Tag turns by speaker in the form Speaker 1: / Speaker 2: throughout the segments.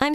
Speaker 1: I'm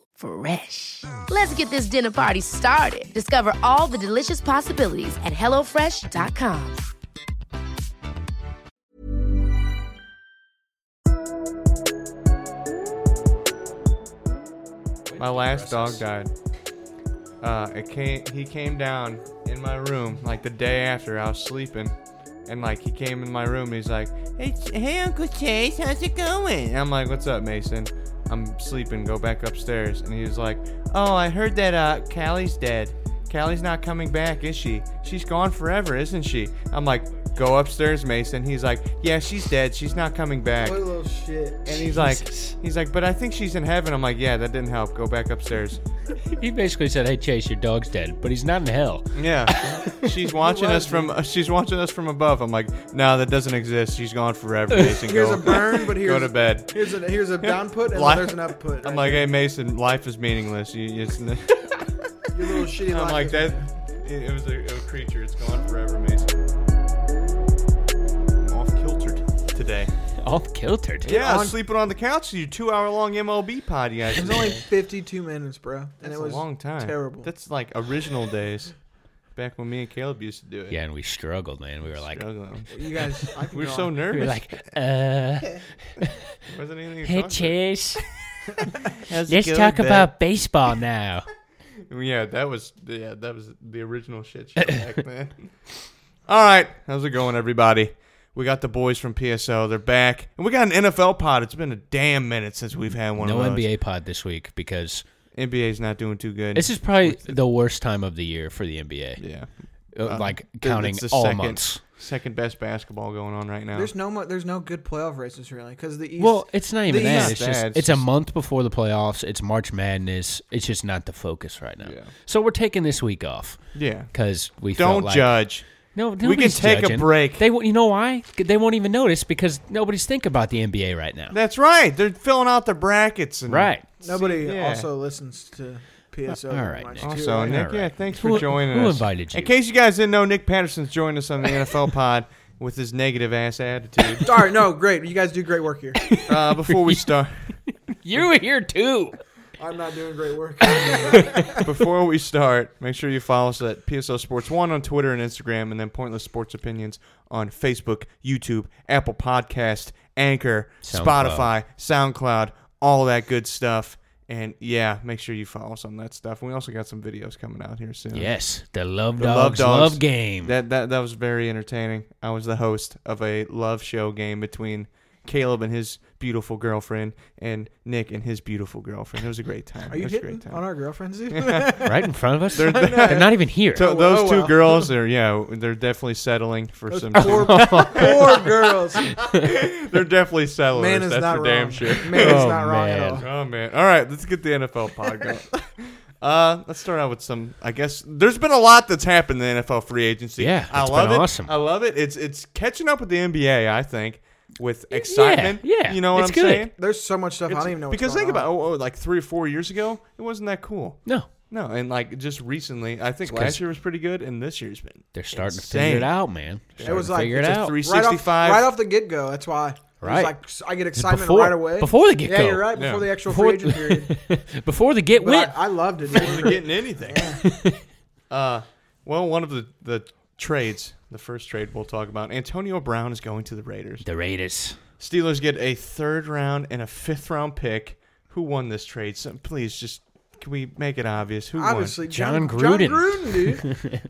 Speaker 2: Fresh. Let's get this dinner party started. Discover all the delicious possibilities at hellofresh.com.
Speaker 3: My last dog died. Uh, it came. He came down in my room like the day after I was sleeping, and like he came in my room. And he's like, "Hey, Ch- hey, Uncle Chase, how's it going?" And I'm like, "What's up, Mason? I'm sleeping. Go back upstairs." And he was like, "Oh, I heard that uh, Callie's dead. Callie's not coming back, is she? She's gone forever, isn't she?" I'm like, "Go upstairs, Mason." He's like, "Yeah, she's dead. She's not coming back."
Speaker 4: What a little shit.
Speaker 3: And he's like, he's like, but I think she's in heaven. I'm like, yeah, that didn't help. Go back upstairs.
Speaker 5: He basically said, "Hey Chase, your dog's dead, but he's not in hell."
Speaker 3: Yeah, she's watching us from uh, she's watching us from above. I'm like, no, that doesn't exist. She's gone forever. Mason,
Speaker 4: Here's
Speaker 3: go,
Speaker 4: a burn, but
Speaker 3: go
Speaker 4: here's
Speaker 3: to bed.
Speaker 4: Here's a here's a down put and
Speaker 3: Life-
Speaker 4: there's an up put.
Speaker 3: I'm
Speaker 4: right
Speaker 3: like, hey Mason, life is meaningless. You, you- it's n-"
Speaker 4: there. your little shitty.
Speaker 3: I'm
Speaker 4: life
Speaker 3: like
Speaker 4: is-
Speaker 3: that. It, it was a, a creature. It's gone forever, Mason. I'm off kilter t- today.
Speaker 5: Off kiltered.
Speaker 3: Yeah, I was sleeping on the couch. You two hour long MLB pod, you guys.
Speaker 4: It was only 52 minutes, bro, and
Speaker 3: That's
Speaker 4: it was
Speaker 3: a long time.
Speaker 4: Terrible.
Speaker 3: That's like original days, back when me and Caleb used to do it.
Speaker 5: Yeah, and we struggled, man. We were like,
Speaker 3: Struggling.
Speaker 4: you guys. I can
Speaker 3: We
Speaker 4: go
Speaker 3: were so
Speaker 4: on.
Speaker 3: nervous.
Speaker 5: we were like, uh,
Speaker 3: Wasn't anything
Speaker 5: hey
Speaker 3: wrong with it.
Speaker 5: Chase, let's talk about baseball now.
Speaker 3: Yeah, that was yeah, that was the original shit show back then. All right, how's it going, everybody? We got the boys from PSO. They're back, and we got an NFL pod. It's been a damn minute since we've had one
Speaker 5: No
Speaker 3: of those.
Speaker 5: NBA pod this week because
Speaker 3: NBA's not doing too good.
Speaker 5: this is probably the worst time of the year for the NBA.
Speaker 3: yeah,
Speaker 5: Uh,
Speaker 3: Uh,
Speaker 5: like
Speaker 3: it's
Speaker 5: counting
Speaker 3: the
Speaker 5: all
Speaker 3: second-
Speaker 5: months.
Speaker 3: Second best basketball going on right now.
Speaker 4: There's no mo- there's no good playoff races really because the East.
Speaker 5: Well, it's not even
Speaker 4: the
Speaker 5: that.
Speaker 3: East-
Speaker 5: It's
Speaker 3: Not
Speaker 5: just
Speaker 3: bad,
Speaker 5: it's,
Speaker 3: it's
Speaker 5: a
Speaker 3: just-
Speaker 5: month before the playoffs. It's March Madness. It's just not the focus right now.
Speaker 3: Yeah.
Speaker 5: So we're taking this week off
Speaker 3: yeah,
Speaker 5: because we felt
Speaker 3: don't
Speaker 5: like-
Speaker 3: judge.
Speaker 5: No,
Speaker 3: We can
Speaker 5: nobody's
Speaker 3: take a
Speaker 5: judging.
Speaker 3: break.
Speaker 5: They won't- you know why? They won't even notice because nobody's thinking about the NBA right now.
Speaker 3: That's right. They're filling out their brackets and
Speaker 5: right.
Speaker 4: Nobody
Speaker 3: Yeah.
Speaker 4: also listens to PSO.
Speaker 5: All right,
Speaker 4: much,
Speaker 5: Nick.
Speaker 4: too,
Speaker 3: Also,
Speaker 4: right?
Speaker 3: Nick,
Speaker 5: All
Speaker 3: yeah,
Speaker 5: right.
Speaker 3: thanks
Speaker 5: Who-
Speaker 3: for joining
Speaker 5: who
Speaker 3: us.
Speaker 5: invited
Speaker 3: In
Speaker 5: you?
Speaker 3: case you guys didn't know, Nick Patterson's joined us on the NFL pod with his negative ass attitude.
Speaker 4: All right, no, great. You guys do great work here.
Speaker 3: Uh, before we start,
Speaker 5: You were here too.
Speaker 4: I'm not doing great work.
Speaker 3: before we start, make sure you follow us at PSO Sports One on Twitter and Instagram, and then Pointless Sports Opinions on Facebook, YouTube, Apple Podcast, Anchor,
Speaker 5: SoundCloud.
Speaker 3: Spotify, SoundCloud, all that good stuff. And yeah, make sure you follow us on that stuff. We also got some videos coming out here soon.
Speaker 5: Yes, the Love
Speaker 3: The Love
Speaker 5: Dogs Love,
Speaker 3: Dogs.
Speaker 5: Game.
Speaker 3: That that that was very entertaining. I was the host of a love show game between Caleb and his beautiful girlfriend and Nick and his beautiful girlfriend. It was a great time.
Speaker 4: Are you
Speaker 3: it was a great
Speaker 4: hitting
Speaker 3: time.
Speaker 4: on our girlfriends, dude?
Speaker 5: right in front of us. They're, not even here.
Speaker 3: So
Speaker 4: Oh, well,
Speaker 3: those
Speaker 4: oh,
Speaker 3: two
Speaker 4: well.
Speaker 3: girls are yeah, they're definitely settling for some.
Speaker 4: poor, poor girls.
Speaker 3: they're definitely settling.
Speaker 4: Man is
Speaker 3: That's
Speaker 4: not
Speaker 3: for
Speaker 4: wrong.
Speaker 3: damn sure.
Speaker 4: Man is
Speaker 5: Oh,
Speaker 4: not wrong at
Speaker 5: man.
Speaker 4: all.
Speaker 3: Oh man! All right, let's get the NFL pod going. Uh, let's start out with some. I guess there's been a lot that's happened in the NFL free agency.
Speaker 5: Yeah,
Speaker 3: I
Speaker 5: it's
Speaker 3: love
Speaker 5: been
Speaker 3: it.
Speaker 5: awesome.
Speaker 3: I love it. It's it's catching up with the NBA. I think with excitement.
Speaker 5: yeah,
Speaker 3: you know what
Speaker 5: it's
Speaker 3: I'm
Speaker 5: good.
Speaker 3: saying.
Speaker 4: There's so much stuff I
Speaker 3: It's-
Speaker 4: don't even know. What's
Speaker 3: because
Speaker 4: going
Speaker 3: think
Speaker 4: on.
Speaker 3: about oh, oh, like three or four years ago, it wasn't that cool.
Speaker 5: no,
Speaker 3: No, and like just recently, I think
Speaker 5: 'cause-
Speaker 3: last year was pretty good, and this year's been
Speaker 5: they're starting to
Speaker 3: insane.
Speaker 5: figure it out, man. They're starting
Speaker 4: was
Speaker 5: to
Speaker 4: like-
Speaker 5: figure it
Speaker 4: it's a
Speaker 5: out.
Speaker 3: three-
Speaker 4: right off,
Speaker 3: 365.
Speaker 4: right off the get go. That's why.
Speaker 5: Right.
Speaker 4: Right. Like I get excitement
Speaker 5: Before-
Speaker 4: right away
Speaker 5: before the get-go.
Speaker 4: Yeah, you're right. Before
Speaker 3: Yeah.
Speaker 4: the actual free
Speaker 5: Before-
Speaker 4: agent period.
Speaker 5: Before the get went.
Speaker 4: But I, I loved it. dude.
Speaker 3: wasn't getting anything. uh, well, one of the the trades, the first trade we'll talk about, Antonio Brown is going to the Raiders.
Speaker 5: the Raiders.
Speaker 3: Steelers get a third round and a fifth round pick. Who won this trade? Some, please, just can we make it obvious? Who
Speaker 4: Obviously,
Speaker 3: won?
Speaker 4: John,
Speaker 5: John Gruden.
Speaker 4: John Gruden, dude.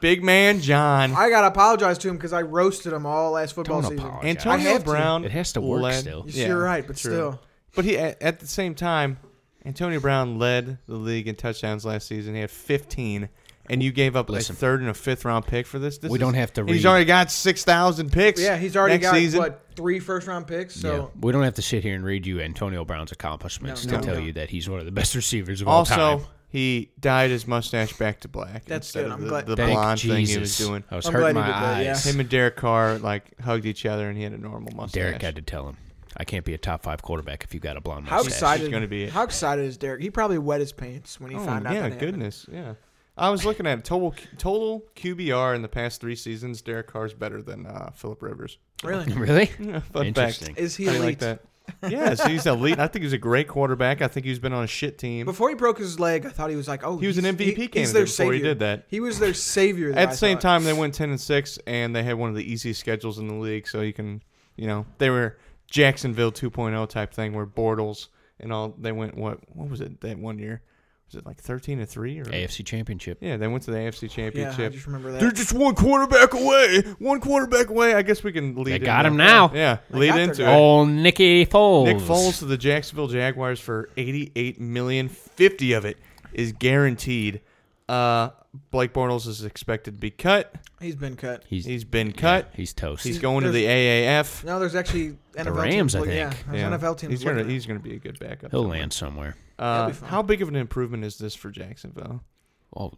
Speaker 3: Big man John.
Speaker 4: I gotta apologize to him because I roasted him all last football
Speaker 5: Don't
Speaker 4: season.
Speaker 5: apologize.
Speaker 4: I
Speaker 3: Antonio
Speaker 4: have to.
Speaker 3: Brown.
Speaker 5: It has to work still.
Speaker 4: Yes, you're right, but still.
Speaker 3: But he at, at the same time, Antonio Brown led the league in touchdowns last season. He had 15, and you gave up
Speaker 5: Listen.
Speaker 3: a third and a fifth round pick for this. this
Speaker 5: We
Speaker 3: is-
Speaker 5: don't have to
Speaker 3: and He's
Speaker 5: read.
Speaker 3: already got six thousand picks.
Speaker 4: Yeah, he's already
Speaker 3: next
Speaker 4: got
Speaker 3: season.
Speaker 4: what three first round picks. So
Speaker 5: yeah. we don't have to sit here and read you Antonio Brown's accomplishments
Speaker 4: No,
Speaker 5: to
Speaker 4: no,
Speaker 5: tell
Speaker 4: no.
Speaker 5: you that he's one of the best receivers of all
Speaker 3: Also,
Speaker 5: time.
Speaker 3: he dyed his mustache back to black.
Speaker 4: That's
Speaker 3: instead
Speaker 4: good.
Speaker 3: of
Speaker 4: I'm
Speaker 3: the,
Speaker 4: glad-
Speaker 3: the
Speaker 5: Thank
Speaker 3: blonde
Speaker 5: Jesus.
Speaker 3: thing he was doing.
Speaker 5: I was
Speaker 4: I'm
Speaker 5: hurting
Speaker 4: glad
Speaker 5: my
Speaker 4: he did that, yeah.
Speaker 5: eyes.
Speaker 3: Him and Derek Carr like hugged each other, and he had a normal mustache.
Speaker 5: Derek had to tell him, I can't be a top five quarterback if you got a blonde
Speaker 4: how
Speaker 5: mustache.
Speaker 4: excited?
Speaker 3: gonna be it.
Speaker 4: How excited is Derek? He probably wet his pants when he
Speaker 3: Oh,
Speaker 4: found out.
Speaker 3: yeah,
Speaker 4: that happened.
Speaker 3: goodness, yeah. I was looking at total total QBR in the past three seasons. Derek Carr's better than uh, Philip Rivers.
Speaker 4: Really?
Speaker 5: Really?
Speaker 3: Yeah, fun fact.
Speaker 5: Interesting.
Speaker 4: Is he
Speaker 3: How do you
Speaker 4: elite?
Speaker 3: that? yes, he's elite. I think he's a great quarterback. I think he's been on a shit team.
Speaker 4: Before he broke his leg, I thought he was like, oh,
Speaker 3: He was an
Speaker 4: he's-
Speaker 3: MVP
Speaker 4: he- he's
Speaker 3: candidate
Speaker 4: their
Speaker 3: before he
Speaker 4: savior.
Speaker 3: did that.
Speaker 4: He was their savior.
Speaker 3: At
Speaker 4: I
Speaker 3: the same
Speaker 4: thought.
Speaker 3: time, they went ten and six, and they had one of the easiest schedules in the league. So you can, you know, they were Jacksonville 2.0 type thing where Bortles and all. They went what? What was it that one year? Was it like 13 to three or?
Speaker 5: AFC Championship.
Speaker 3: Yeah, they went to the AFC
Speaker 4: yeah, I
Speaker 3: Championship.
Speaker 4: just remember that.
Speaker 3: They're just one quarterback away. One quarterback away. I guess we can lead.
Speaker 5: They
Speaker 3: in
Speaker 5: got
Speaker 3: there.
Speaker 5: him now.
Speaker 3: Yeah,
Speaker 4: They
Speaker 3: lead
Speaker 4: got their
Speaker 3: into it.
Speaker 4: guy.
Speaker 5: Oh, Nicky Foles.
Speaker 3: Nick Foles to the Jacksonville Jaguars for 88 million. 50 of it is guaranteed. Uh, Blake Bortles is expected to be cut.
Speaker 4: He's been cut.
Speaker 3: He's been cut.
Speaker 5: He's toast.
Speaker 3: He's going to the AAF.
Speaker 4: No, there's actually NFL
Speaker 5: Rams,
Speaker 4: Teams,
Speaker 5: I
Speaker 4: look-
Speaker 5: think.
Speaker 4: Yeah, there's
Speaker 3: Yeah.
Speaker 4: NFL teams.
Speaker 3: He's gonna
Speaker 4: looking at
Speaker 3: he's gonna be a good backup.
Speaker 5: He'll
Speaker 3: somewhere.
Speaker 5: land somewhere.
Speaker 3: Uh,
Speaker 4: He'll be fine.
Speaker 3: how big of an improvement is this for Jacksonville?
Speaker 5: Well,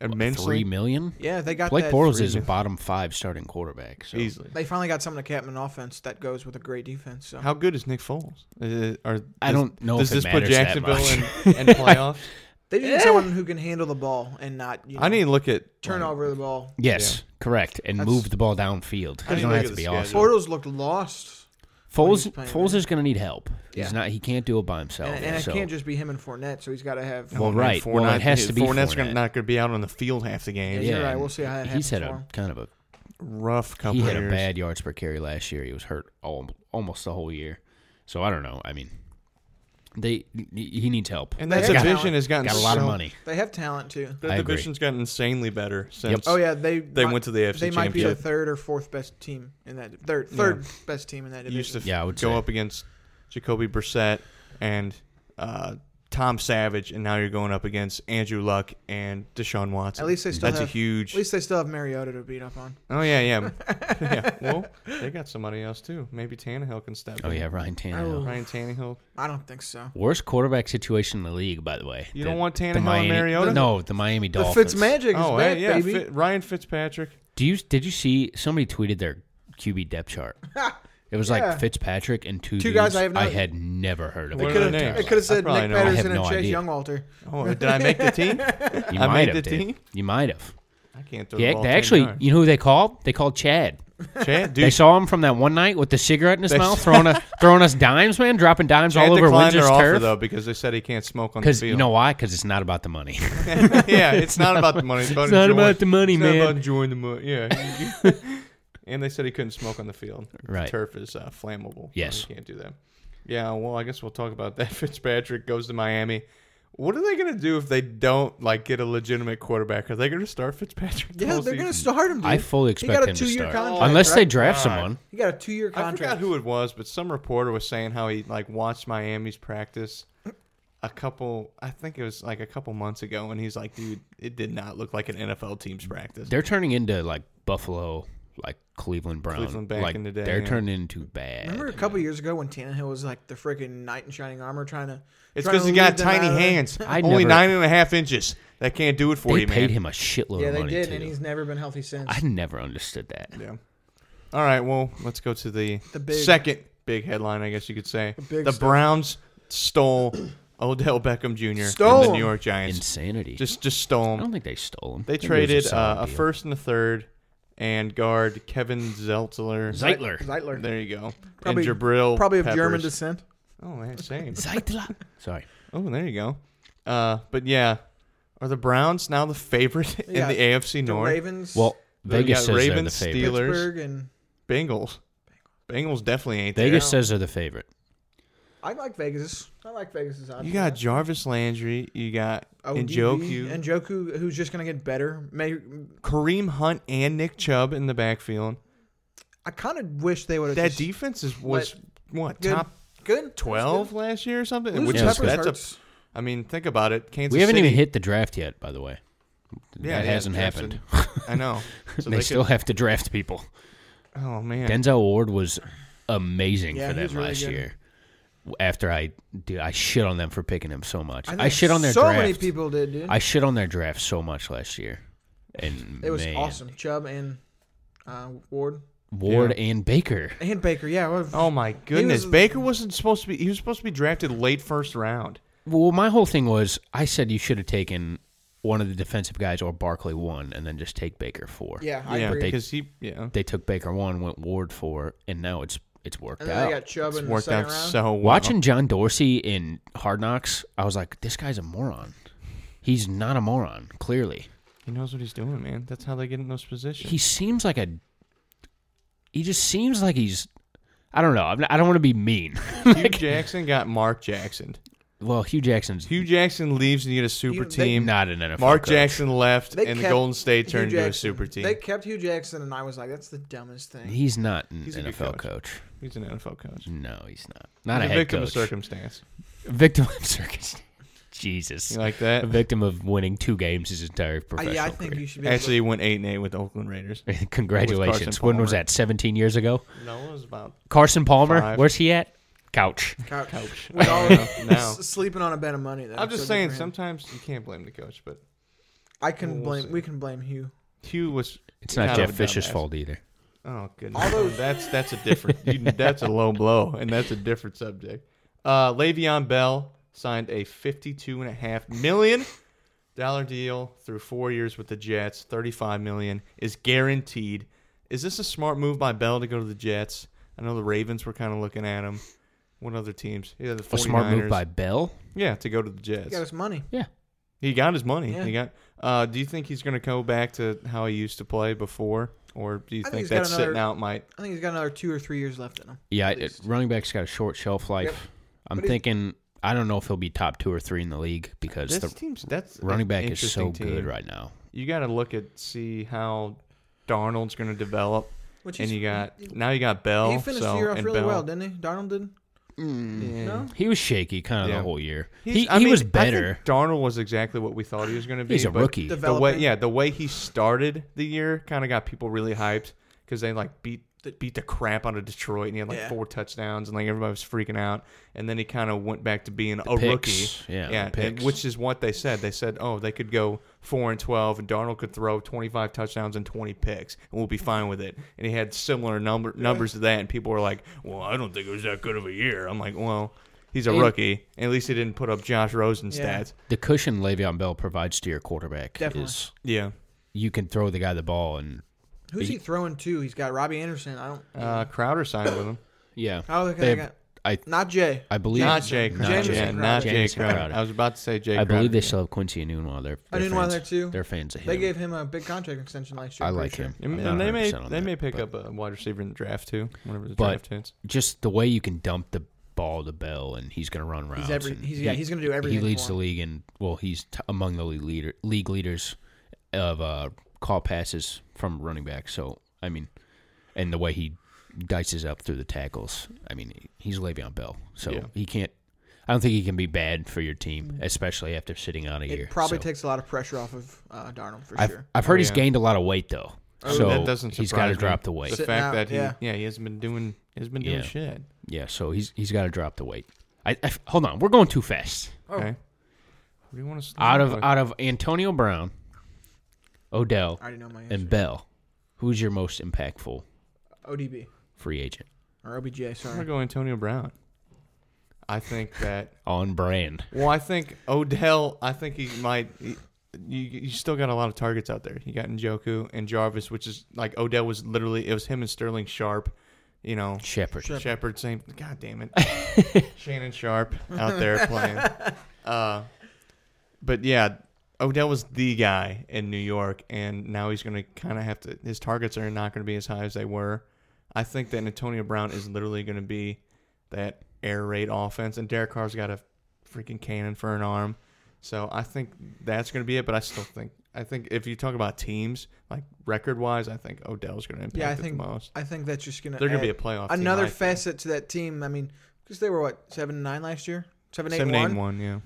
Speaker 3: Immensely,
Speaker 5: Oh, three million.
Speaker 4: it. yeah, they got
Speaker 5: Blake
Speaker 4: that.
Speaker 5: Bortles is a
Speaker 3: million.
Speaker 5: bottom five starting quarterback. So
Speaker 3: easily.
Speaker 4: They finally got something to cap an offense that goes with a great defense. So
Speaker 3: How good is Nick Foles? Is it- are,
Speaker 5: I
Speaker 3: does-
Speaker 5: don't know
Speaker 3: Does
Speaker 5: if it
Speaker 3: this put
Speaker 5: matters that
Speaker 3: Jacksonville
Speaker 5: much.
Speaker 3: in, in playoffs?
Speaker 4: they just need someone who can handle the ball and not. You know,
Speaker 3: I need to look at um,
Speaker 4: turn over the ball.
Speaker 5: yes, correct, and
Speaker 4: That's-
Speaker 5: move the ball downfield.
Speaker 3: I
Speaker 5: He
Speaker 3: mean,
Speaker 5: don't
Speaker 3: look
Speaker 5: have
Speaker 3: at
Speaker 5: to
Speaker 3: the
Speaker 5: be
Speaker 3: schedule.
Speaker 5: awesome.
Speaker 4: Bortles looked lost,
Speaker 5: Foles
Speaker 4: he's playing,
Speaker 5: Foles
Speaker 4: man.
Speaker 5: is going to need help.
Speaker 4: Yeah.
Speaker 5: He's not. He can't do it by himself.
Speaker 4: and, and
Speaker 5: Oh, so.
Speaker 4: it can't just be him and Fournette. So he's got to have.
Speaker 5: Well,
Speaker 3: And
Speaker 5: right. Well, it has to be
Speaker 3: Fournette's gonna-
Speaker 5: Fournette.
Speaker 3: not going to be out on the field half the game.
Speaker 4: Yeah. you're right.
Speaker 5: and
Speaker 4: We'll see how that
Speaker 5: He's
Speaker 4: happens
Speaker 5: had
Speaker 4: for
Speaker 5: a
Speaker 4: him.
Speaker 5: kind of a
Speaker 3: Rough couple
Speaker 5: he had
Speaker 3: years.
Speaker 5: a bad yards per carry last year. He was hurt all, almost the whole year. So I don't know. I mean, they he needs help.
Speaker 3: And
Speaker 4: They
Speaker 3: that
Speaker 4: have
Speaker 3: division
Speaker 4: talent.
Speaker 3: has gotten
Speaker 5: Got a lot of
Speaker 3: so-
Speaker 5: money.
Speaker 4: They have talent too.
Speaker 3: That
Speaker 5: I agree.
Speaker 3: division's gotten insanely better since.
Speaker 5: Yep.
Speaker 4: Oh yeah, they
Speaker 3: They went to the AFC
Speaker 4: They might be the
Speaker 3: Championship.
Speaker 4: third or fourth best team in that third third best team in that
Speaker 3: You used to
Speaker 4: division.
Speaker 3: f-
Speaker 5: Yeah, I would
Speaker 3: go
Speaker 5: say.
Speaker 3: up against Jacoby Brissett and uh, Tom Savage, and now you're going up against Andrew Luck and Deshaun Watson.
Speaker 4: At least they still
Speaker 3: That's
Speaker 4: have-
Speaker 3: a huge.
Speaker 4: At least they still have Mariota to beat up on.
Speaker 3: oh yeah, yeah. yeah. Well, they got somebody else too. Maybe Tannehill can step.
Speaker 5: Oh
Speaker 3: in.
Speaker 5: yeah, Ryan Tannehill.
Speaker 4: Oh.
Speaker 3: Ryan Tannehill.
Speaker 4: I don't think so.
Speaker 5: Worst quarterback situation in the league, by the way.
Speaker 3: You
Speaker 5: The-
Speaker 3: don't want
Speaker 5: the
Speaker 3: Tannehill and
Speaker 5: Miami-
Speaker 3: Mariota?
Speaker 5: No, the Miami Dolphins.
Speaker 4: The Fitzmagic is
Speaker 3: Oh
Speaker 4: back,
Speaker 3: hey, yeah,
Speaker 4: baby.
Speaker 3: Fi- Ryan Fitzpatrick.
Speaker 5: Do you did you see somebody tweeted their QB depth chart? It was
Speaker 4: Yeah.
Speaker 5: like Fitzpatrick and two,
Speaker 4: Two guys
Speaker 5: dudes
Speaker 4: I have not-
Speaker 5: had never heard of.
Speaker 3: What
Speaker 5: in
Speaker 3: are
Speaker 5: my
Speaker 3: their
Speaker 5: entire
Speaker 3: names?
Speaker 4: It
Speaker 5: life.
Speaker 4: could have
Speaker 3: I
Speaker 4: said
Speaker 3: probably
Speaker 4: Nick
Speaker 3: know. I have
Speaker 4: Patterson
Speaker 5: no
Speaker 4: and Chase
Speaker 5: idea.
Speaker 4: Youngwalter.
Speaker 3: Oh, did I make the team?
Speaker 5: You
Speaker 3: I
Speaker 5: might
Speaker 3: made
Speaker 5: have.
Speaker 3: the
Speaker 5: dude.
Speaker 3: team.
Speaker 5: You might have.
Speaker 3: I can't throw the
Speaker 5: Yeah,
Speaker 3: ball
Speaker 5: they
Speaker 3: 10
Speaker 5: actually.
Speaker 3: yards.
Speaker 5: You know who they called? They called Chad.
Speaker 3: Chad, dude,
Speaker 5: They saw him from that one night with the cigarette in his
Speaker 3: They-
Speaker 5: mouth, throwing us, throwing us dimes, man, dropping dimes
Speaker 3: Chad
Speaker 5: all over
Speaker 3: declined their
Speaker 5: Windsor's
Speaker 3: offer
Speaker 5: turf.
Speaker 3: though because they said he can't smoke on the
Speaker 5: Because
Speaker 3: field.
Speaker 5: you know why? Because it's not about the money.
Speaker 3: yeah, it's not about the money. It's, about
Speaker 5: It's not
Speaker 3: enjoying-
Speaker 5: about the money,
Speaker 3: it's
Speaker 5: man.
Speaker 3: Not about enjoying the money. Yeah. and they said he couldn't smoke on the field.
Speaker 5: Right.
Speaker 3: The turf is uh, flammable.
Speaker 5: Yes.
Speaker 3: You can't do that. Yeah. Well, I guess we'll talk about that. Fitzpatrick goes to Miami. What are they gonna do if they don't like get a legitimate quarterback? Are they gonna start Fitzpatrick? the
Speaker 4: Yeah,
Speaker 3: whole
Speaker 4: they're going to
Speaker 3: season?
Speaker 4: start him. Dude.
Speaker 5: I fully expect
Speaker 4: he got a
Speaker 5: him to
Speaker 4: two-year
Speaker 5: start,
Speaker 4: Contract,
Speaker 5: unless they
Speaker 4: right?
Speaker 5: draft someone.
Speaker 4: He got a two-year
Speaker 3: I forgot
Speaker 4: contract.
Speaker 3: who it was, but some reporter was saying how he like watched Miami's practice a couple. I think it was like a couple months ago, and he's like, "Dude, it did not look like an NFL team's practice."
Speaker 5: They're turning into like Buffalo, like Cleveland Brown.
Speaker 3: Cleveland back
Speaker 5: like,
Speaker 3: in the day,
Speaker 5: They're
Speaker 3: yeah.
Speaker 5: turning into bad.
Speaker 4: Remember a couple years ago when Tannehill was like the freaking knight in shining armor trying to.
Speaker 3: It's
Speaker 4: trying
Speaker 3: because
Speaker 4: to
Speaker 3: he got
Speaker 4: lead them out
Speaker 3: tiny
Speaker 4: of there?
Speaker 3: hands.
Speaker 5: I
Speaker 3: Only
Speaker 5: never-
Speaker 3: nine and a half inches. That can't do it for
Speaker 5: they
Speaker 3: you, man.
Speaker 5: paid him a shitload
Speaker 4: Yeah,
Speaker 5: of
Speaker 4: they
Speaker 5: money
Speaker 4: did,
Speaker 5: too.
Speaker 4: and he's never been healthy since.
Speaker 5: I never understood that.
Speaker 3: Yeah. All right. Well, let's go to the,
Speaker 4: The big-
Speaker 3: second big headline, I guess you could say. The,
Speaker 4: big stuff.
Speaker 3: Browns stole Odell Beckham Jr.
Speaker 4: Stole
Speaker 3: from the
Speaker 4: him.
Speaker 3: New York Giants.
Speaker 5: Insanity.
Speaker 3: Just, just stole
Speaker 5: I
Speaker 3: him.
Speaker 5: don't think they stole him.
Speaker 3: They
Speaker 5: I think it was a
Speaker 3: traded
Speaker 5: solid
Speaker 3: uh, a
Speaker 5: deal.
Speaker 3: first and a third, and guard Kevin Zeltler.
Speaker 5: Zeitler.
Speaker 4: Zeitler.
Speaker 3: There you go. and Jabril.
Speaker 4: Probably of
Speaker 3: Peppers.
Speaker 4: German descent.
Speaker 3: Oh, man, same.
Speaker 5: Zeitler. Sorry.
Speaker 3: Oh, there you go. Uh, but yeah, are the Browns now the favorite in
Speaker 4: Yeah,
Speaker 3: the AFC
Speaker 4: The
Speaker 3: North?
Speaker 4: Ravens.
Speaker 5: Well,
Speaker 3: They got
Speaker 5: Vegas says they're the
Speaker 3: Ravens,
Speaker 5: favorite.
Speaker 3: Steelers.
Speaker 4: Pittsburgh and
Speaker 3: Bengals. Bengals definitely ain't there.
Speaker 5: Vegas says they're the favorite.
Speaker 4: I like Vegas. I like Vegas as
Speaker 3: You got Jarvis Landry. You got Njoku.
Speaker 4: and Joku, who's just gonna get better. May,
Speaker 3: Kareem Hunt and Nick Chubb in the backfield.
Speaker 4: I kind of wish they would have
Speaker 3: That
Speaker 4: just,
Speaker 3: defense is was what
Speaker 4: good,
Speaker 3: top
Speaker 4: good that's
Speaker 3: twelve
Speaker 4: good.
Speaker 3: last year or something.
Speaker 4: Losing
Speaker 3: Which is,
Speaker 4: Peppers
Speaker 3: that's
Speaker 4: hurts.
Speaker 3: a. I mean, think about it. Kansas
Speaker 5: We haven't
Speaker 3: City,
Speaker 5: even hit the draft yet, by the way.
Speaker 3: Yeah,
Speaker 5: that
Speaker 3: yeah,
Speaker 5: hasn't
Speaker 3: Jackson.
Speaker 5: happened.
Speaker 3: I know. So
Speaker 5: they,
Speaker 3: they
Speaker 5: still
Speaker 3: could-
Speaker 5: have to draft people.
Speaker 3: Oh man.
Speaker 5: Denzel Ward was amazing
Speaker 4: Yeah, he
Speaker 5: for them
Speaker 4: was really
Speaker 5: last
Speaker 4: good.
Speaker 5: year. After I dude, I shit on them for picking him so much. I,
Speaker 4: think
Speaker 5: shit on their
Speaker 4: so
Speaker 5: draft.
Speaker 4: many people did, dude.
Speaker 5: I shit on their draft so much last year, and
Speaker 4: it was
Speaker 5: man,
Speaker 4: awesome. Chubb and uh, Ward
Speaker 5: Ward
Speaker 3: Yeah.
Speaker 5: and Baker.
Speaker 4: and Baker. Yeah. Well,
Speaker 3: Oh my goodness.
Speaker 4: was-
Speaker 3: Baker wasn't supposed to be. He was supposed to be drafted late first round.
Speaker 5: Well, my whole thing was I said you should have taken one of the defensive guys or Barkley one, and then just take Baker four.
Speaker 4: yeah. I
Speaker 3: Yeah,
Speaker 4: agree.
Speaker 3: because he. Yeah.
Speaker 5: they took Baker one, went Ward four, and now it's it's worked
Speaker 4: and then
Speaker 5: out.
Speaker 4: they got Chubb in the
Speaker 3: Worked
Speaker 4: second
Speaker 3: out
Speaker 4: round.
Speaker 3: so well.
Speaker 5: Watching John Dorsey in Hard Knocks, I was like, this guy's a moron. He's not a moron, clearly.
Speaker 3: He knows what he's doing, man. That's how they get in those positions.
Speaker 5: He seems like a. He just seems like he's. I don't know. I'm not, I don't want to be mean.
Speaker 3: Hugh Jackson got Mark Jackson.
Speaker 5: well, Hugh Jackson's
Speaker 3: Hugh Jackson leaves and you get a super
Speaker 4: You- they-
Speaker 3: team.
Speaker 5: not an NFL.
Speaker 3: Mark
Speaker 5: coach.
Speaker 3: Jackson left,
Speaker 4: They
Speaker 3: and the
Speaker 4: kept
Speaker 3: Golden State
Speaker 4: Hugh
Speaker 3: turned into a
Speaker 4: Jackson.
Speaker 3: super team.
Speaker 4: They kept Hugh Jackson, and I was like, "That's the dumbest thing."
Speaker 5: He's not an
Speaker 3: He's a good
Speaker 5: NFL coach.
Speaker 3: coach. He's an NFL coach.
Speaker 5: No, he's not. Not
Speaker 3: He's
Speaker 5: a, head
Speaker 3: victim
Speaker 5: coach.
Speaker 3: of circumstance.
Speaker 5: Victim of circumstance. Jesus.
Speaker 3: You like that?
Speaker 5: a victim of winning two games his entire
Speaker 4: I,
Speaker 5: professional
Speaker 4: yeah, I think
Speaker 5: career.
Speaker 4: you should be able to-
Speaker 3: Actually, he went eight and eight with the Oakland Raiders.
Speaker 5: Congratulations. When was
Speaker 3: Palmer.
Speaker 5: that? 17 years ago?
Speaker 3: No, it was about
Speaker 5: Carson Palmer,
Speaker 3: Five.
Speaker 5: where's he at? Couch.
Speaker 4: couch.
Speaker 3: Couch.
Speaker 4: With all
Speaker 3: I don't know.
Speaker 4: s- sleeping on a bed of money. Though,
Speaker 3: I'm just
Speaker 4: so good
Speaker 3: saying.
Speaker 4: for him.
Speaker 3: Sometimes you can't blame the coach, but
Speaker 4: I can
Speaker 3: We'll
Speaker 4: blame.
Speaker 3: see.
Speaker 4: We can blame Hugh.
Speaker 3: Hugh was.
Speaker 5: It's not
Speaker 3: kind of
Speaker 5: Jeff
Speaker 3: a
Speaker 5: Fish's
Speaker 3: dumbass.
Speaker 5: fault either.
Speaker 3: Oh goodness, that's that's a different. You, that's a low blow, and that's a different subject. Uh, Le'Veon Bell signed a fifty-two and a half million dollar deal through four years with the Jets. Thirty-five million is guaranteed. Is this a smart move by Bell to go to the Jets? I know the Ravens were kind of looking at him. What other teams? Yeah, the 49ers.
Speaker 5: A smart move by Bell?
Speaker 3: yeah to go to the
Speaker 4: He
Speaker 3: Jets.
Speaker 4: got his money.
Speaker 5: Yeah.
Speaker 3: He got his money.
Speaker 4: Yeah.
Speaker 3: He got. Uh, do you think he's going to go back to how he used to play before, or do you
Speaker 4: I think
Speaker 3: think,
Speaker 4: he's got
Speaker 3: that
Speaker 4: another-
Speaker 3: sitting out might?
Speaker 4: I think he's got another two or three years left in him.
Speaker 5: Yeah,
Speaker 4: at
Speaker 5: it-
Speaker 4: least.
Speaker 5: running back's got a short shelf life.
Speaker 4: Yep.
Speaker 5: I'm
Speaker 4: But he-
Speaker 5: thinking, I don't know if he'll be top two or three in the league because
Speaker 3: This
Speaker 5: the
Speaker 3: team's that's an
Speaker 5: running back is so
Speaker 3: interesting
Speaker 5: good
Speaker 3: team.
Speaker 5: right now.
Speaker 3: You got to look at see how Darnold's going to develop,
Speaker 4: Which
Speaker 3: and
Speaker 4: he's-
Speaker 3: you got now you got Bell.
Speaker 4: he finished
Speaker 3: so,
Speaker 4: the year off
Speaker 3: and
Speaker 4: really
Speaker 3: Bell.
Speaker 4: well, didn't he? Darnold did. No.
Speaker 5: He was shaky kind of
Speaker 3: Yeah.
Speaker 5: the whole year.
Speaker 3: He's-
Speaker 5: he
Speaker 3: I
Speaker 5: he
Speaker 3: mean,
Speaker 5: was
Speaker 3: I think
Speaker 5: better.
Speaker 3: Darnold was exactly what we thought he was going to be.
Speaker 5: He's a
Speaker 3: but
Speaker 5: rookie.
Speaker 3: The way,
Speaker 4: Developing.
Speaker 3: yeah, the way he started the year kind of got people really hyped because they like beat beat the crap out of Detroit and he had like
Speaker 4: Yeah.
Speaker 3: four touchdowns and like everybody was freaking out. And then he kind of went back to being a
Speaker 5: picks.
Speaker 3: rookie,
Speaker 5: Yeah, the
Speaker 3: yeah, and-
Speaker 5: picks.
Speaker 3: which is what they said. They said, oh, they could go four and twelve, and Darnold could throw twenty five touchdowns and twenty picks, and we'll be fine with it. And he had similar number numbers to that, and people were like, well, I don't think it was that good of a year. I'm like, well. He's a
Speaker 5: And-
Speaker 3: rookie. At least he didn't put up Josh Rosen
Speaker 4: Yeah.
Speaker 3: stats.
Speaker 5: The cushion Le'Veon Bell provides to your quarterback
Speaker 4: Definitely.
Speaker 5: is
Speaker 3: Yeah.
Speaker 5: you can throw the guy the ball and
Speaker 4: Who's he throwing to? He's got Robbie Anderson. I don't.
Speaker 3: Uh, Crowder signed with him.
Speaker 5: yeah.
Speaker 4: Oh, okay,
Speaker 5: They
Speaker 4: I
Speaker 5: have-
Speaker 4: got-
Speaker 5: I
Speaker 4: Not Jay.
Speaker 5: I believe
Speaker 3: Not Jay Crowder.
Speaker 4: Jameson
Speaker 3: yeah,
Speaker 4: Crowder.
Speaker 3: not Jay
Speaker 5: Jameson
Speaker 3: Crowder.
Speaker 5: Crowder.
Speaker 3: I was about to say Jay
Speaker 5: I
Speaker 3: Crowder.
Speaker 5: believe they still have Quincy Anunua. They're, they're
Speaker 4: Anunua
Speaker 5: fans,
Speaker 4: there, too.
Speaker 5: They're fans of him.
Speaker 4: They gave him a big contract extension last year.
Speaker 5: I
Speaker 4: I'm pretty
Speaker 5: like
Speaker 4: sure.
Speaker 5: him.
Speaker 3: And,
Speaker 5: I'm not
Speaker 3: and they may
Speaker 5: 100% on
Speaker 3: they
Speaker 5: that,
Speaker 3: may pick
Speaker 5: but-
Speaker 3: up a wide receiver in the draft too, whenever the
Speaker 5: But
Speaker 3: draft hits.
Speaker 5: just the way you can dump the ball to Bell and he's going to run routes.
Speaker 4: every-
Speaker 5: and
Speaker 4: he's- yeah, he's gonna do everything
Speaker 5: He leads
Speaker 4: for
Speaker 5: the
Speaker 4: him.
Speaker 5: league in well, he's t- among the league leader league leaders of uh, call passes from running back. So I mean, and the way he dices up through the tackles. I mean, he's Le'Veon Bell, so
Speaker 3: Yeah.
Speaker 5: he can't. I don't think he can be bad for your team, especially after sitting out a year.
Speaker 4: It probably
Speaker 5: So
Speaker 4: takes a lot of pressure off of uh, Darnold for
Speaker 5: I've,
Speaker 4: sure.
Speaker 5: I've heard he's
Speaker 3: yeah.
Speaker 5: gained a lot of weight though, so
Speaker 3: Oh, that doesn't
Speaker 5: he's got to
Speaker 3: surprise me.
Speaker 5: drop the weight.
Speaker 3: The
Speaker 4: Sitting
Speaker 3: fact
Speaker 4: out,
Speaker 3: that he yeah.
Speaker 4: yeah.
Speaker 3: he hasn't been doing has been doing
Speaker 5: Yeah.
Speaker 3: shit.
Speaker 5: Yeah, so he's he's got to drop the weight. I, I hold on, we're going too fast.
Speaker 4: Oh.
Speaker 3: Okay. What do you want to
Speaker 5: out of out of Antonio Brown, Odell,
Speaker 4: I already know my answer.
Speaker 5: and Bell, who's your most impactful
Speaker 4: ODB
Speaker 5: free agent
Speaker 4: or OBJ.
Speaker 3: I'm gonna
Speaker 4: Sorry.
Speaker 3: go Antonio Brown. I think that
Speaker 5: on brand?
Speaker 3: well I think Odell I think he might he- you, you still got a lot of targets out there. You got Njoku and Jarvis, which is like Odell was literally it was him and Sterling Sharp, you know.
Speaker 5: Shepard.
Speaker 3: Shepard, same. God damn it. Shannon Sharp out there playing. Uh, but yeah, Odell was the guy in New York, and now he's going to kind of have to. His targets are not going to be as high as they were. I think that Antonio Brown is literally going to be that air raid offense, and Derek Carr's got a freaking cannon for an arm. So I think that's going to be it. But I still think I think if you talk about teams like record wise, I think Odell's going to impact
Speaker 4: Yeah, I
Speaker 3: it
Speaker 4: think
Speaker 3: the most.
Speaker 4: I think that's just gonna.
Speaker 3: They're gonna be
Speaker 4: add
Speaker 3: a playoff team,
Speaker 4: Another
Speaker 3: I think.
Speaker 4: facet to that team. I mean, because they were what seven and nine last year, seven eight one.
Speaker 3: Seven eight and one, yeah.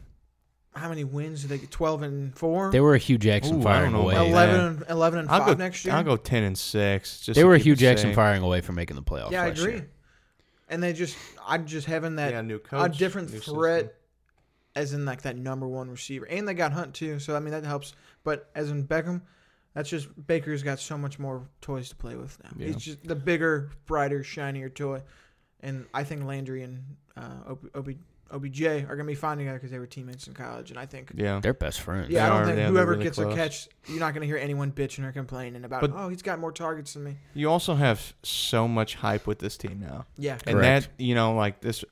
Speaker 4: How many wins did they get? Twelve and four.
Speaker 5: They were a Hugh Jackson
Speaker 3: Ooh, I
Speaker 5: firing
Speaker 3: don't know
Speaker 5: away.
Speaker 3: about that.
Speaker 4: 11 and, 11 and 5
Speaker 3: I'll go
Speaker 4: next year.
Speaker 3: I'll go ten and six. Just
Speaker 5: They
Speaker 3: to
Speaker 5: were a
Speaker 3: keep
Speaker 5: Hugh
Speaker 3: it
Speaker 5: Jackson
Speaker 3: safe.
Speaker 5: firing away from making the playoffs.
Speaker 4: Yeah, I
Speaker 5: last
Speaker 4: agree.
Speaker 5: year.
Speaker 4: And they just, I just having that
Speaker 3: Yeah, new
Speaker 4: a
Speaker 3: coach,
Speaker 4: different
Speaker 3: new
Speaker 4: threat,
Speaker 3: system.
Speaker 4: as in like that number one receiver, and they got Hunt too. So I mean that helps. But as in Beckham, that's just Baker's got so much more toys to play with now.
Speaker 3: Yeah.
Speaker 4: He's just the bigger, brighter, shinier toy, and I think Landry and uh, OB, OBJ are gonna be fine together because they were teammates in college, and I think.
Speaker 3: Yeah.
Speaker 5: They're best friends.
Speaker 4: Yeah, I
Speaker 3: They
Speaker 4: don't
Speaker 3: are-
Speaker 4: think
Speaker 3: yeah, they're
Speaker 4: whoever
Speaker 3: really
Speaker 4: gets
Speaker 3: close.
Speaker 4: a catch, you're not going to hear anyone bitching or complaining about,
Speaker 3: But-
Speaker 4: oh, he's got more targets than me.
Speaker 3: You also have so much hype with this team now.
Speaker 4: Yeah,
Speaker 3: And
Speaker 5: Correct.
Speaker 3: that you know, like this,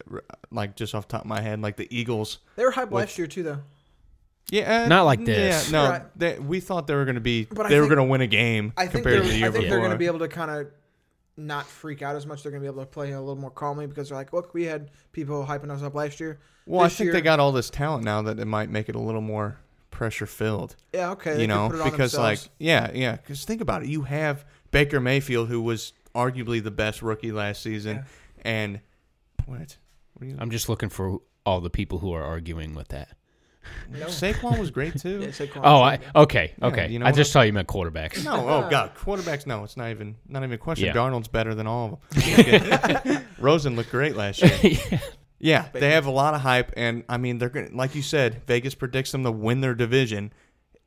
Speaker 3: like just off the top of my head, like the Eagles.
Speaker 4: they were hyped
Speaker 3: With-
Speaker 4: last year too, though.
Speaker 3: Yeah, uh,
Speaker 5: Not like this.
Speaker 3: Yeah, no,
Speaker 4: Right.
Speaker 3: they, we thought they were going to be.
Speaker 4: But I
Speaker 3: they were
Speaker 4: think-
Speaker 3: going to win a game
Speaker 4: I think
Speaker 3: compared
Speaker 4: they're,
Speaker 3: to the year
Speaker 4: I think
Speaker 3: before.
Speaker 4: they're going to be able to kind of not freak out as much. They're going to be able to play a little more calmly because they're like, look, we had people hyping us up last year.
Speaker 3: well, I
Speaker 4: This
Speaker 3: think
Speaker 4: year-
Speaker 3: they got all this talent now that it might make it a little more pressure filled.
Speaker 4: Yeah, okay.
Speaker 3: you know,
Speaker 4: because
Speaker 3: because like, yeah, yeah. Because think about it, you have Baker Mayfield, who was arguably the best rookie last season, and what? What are you?
Speaker 5: I'm just looking for all the people who are arguing with that.
Speaker 3: Saquon was great too.
Speaker 4: yeah, Saquon.
Speaker 5: Oh, I okay,
Speaker 3: Yeah,
Speaker 5: okay.
Speaker 3: you know
Speaker 5: I
Speaker 3: what
Speaker 5: just saw you meant quarterbacks.
Speaker 3: No, oh god, quarterbacks. No, it's not even not even a question.
Speaker 5: Yeah.
Speaker 3: Darnold's better than all of them. Rosen looked great last year. yeah. they have a lot of hype, and I mean, they're gonna like you said, Vegas predicts them to win their division.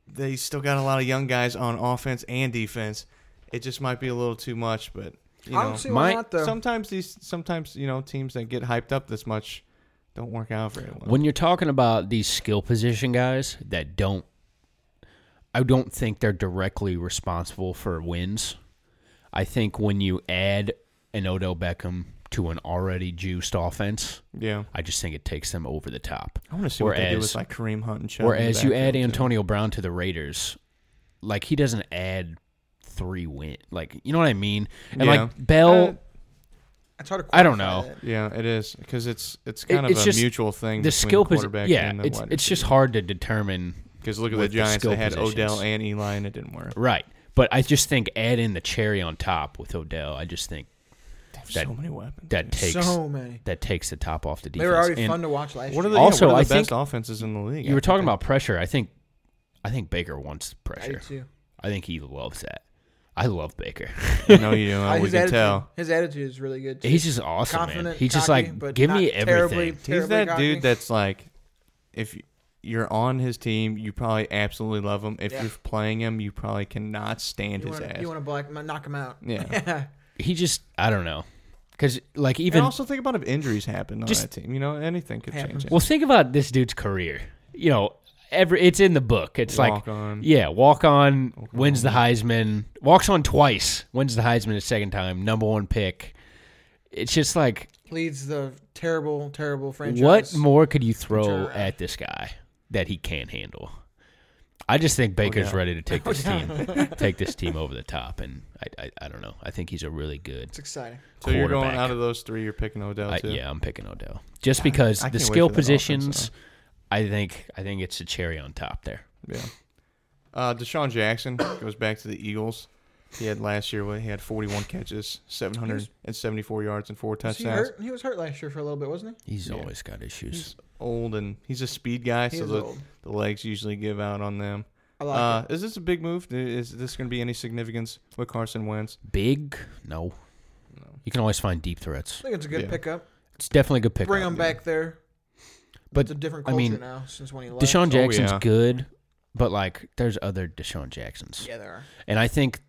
Speaker 3: They still got a lot of young guys on offense and defense. It just might be a little too much, but you
Speaker 4: I
Speaker 3: know,
Speaker 4: don't see why
Speaker 5: my-
Speaker 4: not though.
Speaker 3: sometimes these sometimes you know teams that get hyped up this much don't work out very well.
Speaker 5: When you're talking about these skill position guys that don't, I don't think they're directly responsible for wins. I think when you add an Odell Beckham to an already juiced offense,
Speaker 3: yeah,
Speaker 5: I just think it takes them over the top.
Speaker 3: I want to see what they do with like Kareem Hunt and Chubb. in the
Speaker 5: Whereas you add
Speaker 3: backfield, too.
Speaker 5: Antonio Brown to the Raiders, like he doesn't add three win. Like you know what I mean? And
Speaker 3: Yeah.
Speaker 5: like Bell,
Speaker 3: Uh,
Speaker 4: it's hard to
Speaker 5: I don't
Speaker 4: quantify
Speaker 5: know.
Speaker 4: that.
Speaker 3: Yeah, it is because it's it's
Speaker 5: it-
Speaker 3: kind of
Speaker 5: it's
Speaker 3: a
Speaker 5: just
Speaker 3: mutual thing.
Speaker 5: The skill
Speaker 3: position,
Speaker 5: position, yeah, it's it's just hard to determine
Speaker 3: because look at the
Speaker 5: with the
Speaker 3: Giants;
Speaker 5: skill
Speaker 3: they had Odell
Speaker 5: positions.
Speaker 3: and Eli, and it didn't work.
Speaker 5: right. But I just think add in the cherry on top with Odell. I just think that-
Speaker 3: so many weapons.
Speaker 5: that takes
Speaker 4: So many.
Speaker 5: that takes the top off the defense.
Speaker 4: They were already
Speaker 5: And
Speaker 4: fun to watch last
Speaker 3: What are
Speaker 4: year.
Speaker 3: the,
Speaker 5: Also,
Speaker 3: yeah, what are
Speaker 5: I
Speaker 3: the best
Speaker 5: think-
Speaker 3: offenses in the league?
Speaker 5: you were talking about pressure. I think I think Baker
Speaker 4: I
Speaker 5: wants
Speaker 4: do
Speaker 5: pressure.
Speaker 4: too.
Speaker 3: Oh,
Speaker 5: I think he loves that. I love Baker.
Speaker 3: No, you know,
Speaker 4: Uh,
Speaker 3: we
Speaker 4: his,
Speaker 3: can
Speaker 4: attitude,
Speaker 3: tell.
Speaker 4: his attitude is really good. Too.
Speaker 5: He's just awesome, man.
Speaker 4: Confident,
Speaker 5: He's just
Speaker 4: cocky,
Speaker 5: like
Speaker 4: but
Speaker 5: give
Speaker 4: not
Speaker 5: me
Speaker 4: terribly-
Speaker 5: everything.
Speaker 4: Terribly
Speaker 3: He's that
Speaker 4: cocky.
Speaker 3: dude that's like, if you're on his team, you probably absolutely love him. If
Speaker 4: Yeah.
Speaker 3: you're playing him, you probably cannot stand
Speaker 4: you
Speaker 3: his
Speaker 4: wanna-
Speaker 3: ass.
Speaker 4: you want to black knock him out.
Speaker 3: yeah.
Speaker 5: He just I don't know. Cuz like even
Speaker 3: and also think about if injuries happen on
Speaker 5: Just-
Speaker 3: that team. You know, anything could change. it.
Speaker 5: Well, think about this dude's career. You know, every it's in the book. It's
Speaker 3: Walk
Speaker 5: like
Speaker 3: on.
Speaker 5: yeah, walk on wins the Heisman, walks on twice, wins the Heisman a second time, number one pick. It's just like
Speaker 4: Leads the terrible, terrible franchise.
Speaker 5: what more could you throw
Speaker 4: Franchise.
Speaker 5: at this guy that he can't handle? I just
Speaker 3: Oh,
Speaker 5: think Baker's ready to take this team, take this team over the top, and I, I, I don't know. I think he's a really good.
Speaker 4: It's exciting.
Speaker 3: so you're going
Speaker 5: quarterback.
Speaker 3: out of those three, you're picking Odell
Speaker 5: I,
Speaker 3: too.
Speaker 5: yeah, I'm picking Odell just because
Speaker 3: I
Speaker 5: the
Speaker 3: can't wait
Speaker 5: skill
Speaker 3: for that offense, though.
Speaker 5: positions. I think I think it's a cherry on top there.
Speaker 3: Yeah. Uh, Deshaun Jackson goes back to the Eagles. He had last year. What he had forty-one catches, seven hundred and seventy-four yards, and four
Speaker 4: Was he
Speaker 3: touchdowns.
Speaker 4: hurt? He was hurt last year for a little bit, wasn't he?
Speaker 5: He's always got issues.
Speaker 3: He's old and he's a speed guy, so
Speaker 4: is
Speaker 3: the,
Speaker 4: old.
Speaker 3: the legs usually give out on them.
Speaker 4: I like
Speaker 3: uh, is this a big move? I- Is this going to be any significance with Carson Wentz?
Speaker 5: Big? No. You can always find deep threats.
Speaker 4: I think it's a good
Speaker 3: yeah.
Speaker 4: pickup.
Speaker 5: It's definitely a good pick.
Speaker 4: Bring him back there.
Speaker 5: But
Speaker 4: It's a different
Speaker 5: I
Speaker 4: culture
Speaker 5: mean,
Speaker 4: now Oh, since when he left.
Speaker 5: Deshaun Jackson's
Speaker 3: yeah.
Speaker 5: good, but like there's other Deshaun Jacksons,
Speaker 4: Yeah, there are.
Speaker 5: and I think